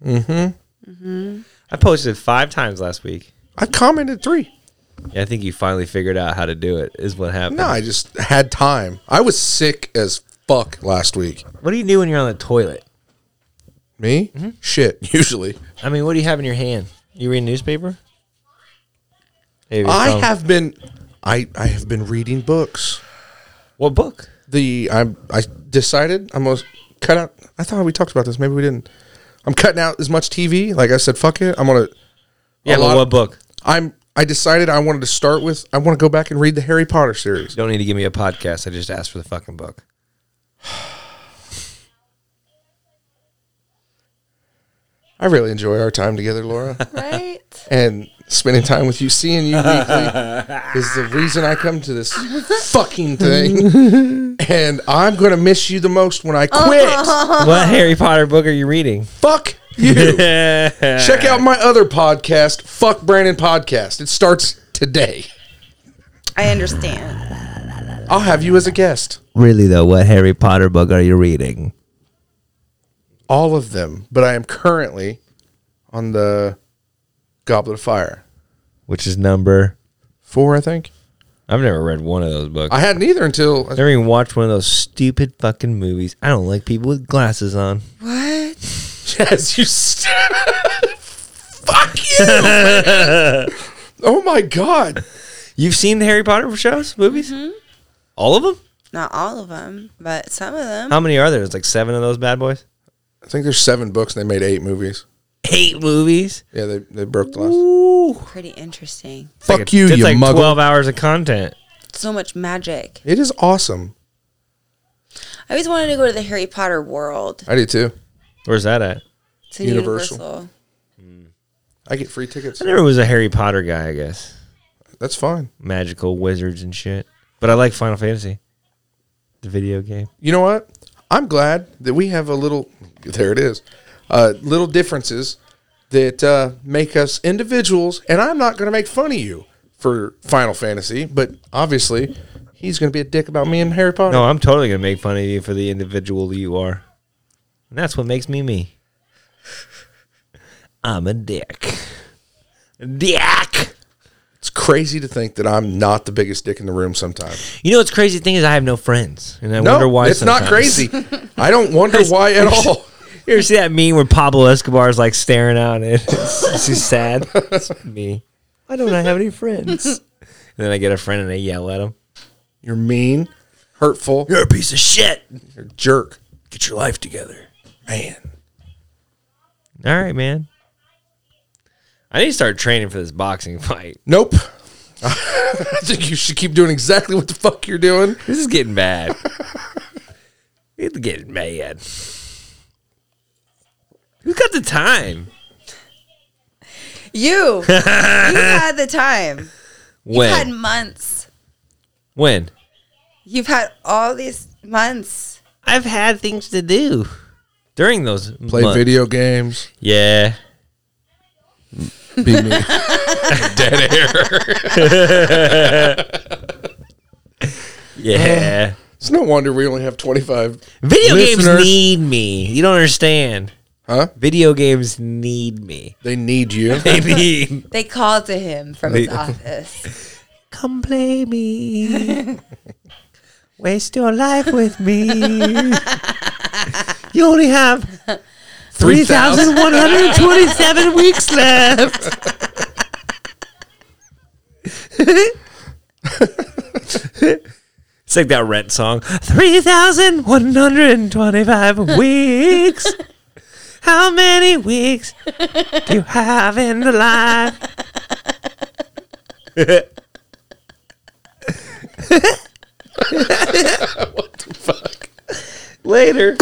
Mm-hmm. Mm-hmm. I posted five times last week.
I commented three.
Yeah, I think you finally figured out how to do it. Is what happened.
No, I just had time. I was sick as fuck last week.
What do you do when you're on the toilet?
Me? Mm-hmm. Shit, usually.
I mean, what do you have in your hand? You read a newspaper? Maybe
I
some-
have been I I have been reading books.
what book?
The I'm I decided I'm gonna cut out I thought we talked about this, maybe we didn't. I'm cutting out as much TV. Like I said, fuck it. I'm gonna
Yeah,
lot
but
of-
Oh, what book?
I'm I decided I wanted to start with I want to go back and read the Harry Potter series.
You don't need to give me a podcast. I just asked for the fucking book.
I really enjoy our time together, Laura,
Right?
and spending time with you, seeing you weekly is the reason I come to this fucking thing. And I'm gonna miss you the most when I quit.
what Harry Potter book are you reading?
Fuck you.
Check
Check out my other podcast, Fuck Brandon Podcast. It starts today.
I understand.
I'll have you as a guest.
Really though, what Harry Potter book are you reading?
All of them, but I am currently on the Goblet of Fire.
Which is number?
Four, I think.
I've never read one of those books.
I hadn't either until
never even watched one of those stupid fucking movies. I don't like people with glasses on.
What?
Yes, you. St- Fuck you! man. oh my god!
You've seen the Harry Potter shows, movies? All of them?
Not all of them, but some of them.
How many are there? There's like seven of those bad boys.
I think there's seven books and they made eight movies.
Eight movies.
Yeah, they, they broke the last.
Pretty interesting.
Fuck
Like,
you,
It's
you
like
muggle!
twelve hours of content.
So much magic.
It is awesome.
I always wanted to go to the Harry Potter world.
I do too.
Where's that at?
It's a
Universal.
Universal.
I get free tickets.
I never was a Harry Potter guy. I guess
That's fine.
magical wizards and shit. But I like Final Fantasy, the video game.
You know what? I'm glad that we have a little. There it is. Uh, little differences that uh, make us individuals, and I'm not going to make fun of you for Final Fantasy, but obviously, he's going to be a dick about me and Harry Potter.
No, I'm totally gonna make fun of you for the individual you are, and that's what makes me me. I'm a dick. Dick.
It's crazy to think that I'm not the biggest dick in the room sometimes.
You know what's crazy thing is I have no friends, and I wonder
No,
why.
it's not
sometimes.
crazy. I don't wonder why at all.
You ever see that meme where Pablo Escobar is like staring out and it's, she's sad? It's me. Why don't I have any friends? And then I get a friend and I yell at him.
You're mean, hurtful,
You're a piece of shit.
you're a jerk.
Get your life together.
Man,
All right, man. I need to start training for this boxing fight.
nope. I think you should keep doing exactly what the fuck you're doing.
This is getting bad. it's getting bad. Who's got the time?
You. you had the time. You've had
When?
months.
When?
You've had all these months.
I've had things to do during those
Play
months.
video games.
Yeah.
Be me.
Yeah.
It's no wonder we only have 25.
Video
Listeners-
games need me. You don't understand.
Huh?
Video games need me.
They need you.
They need
They called to him from his
They-
office.
come play me. Waste your life with me. You only have 3,127 weeks left. it's like that rent song 3,125 weeks. How many weeks do you have in the life? Later.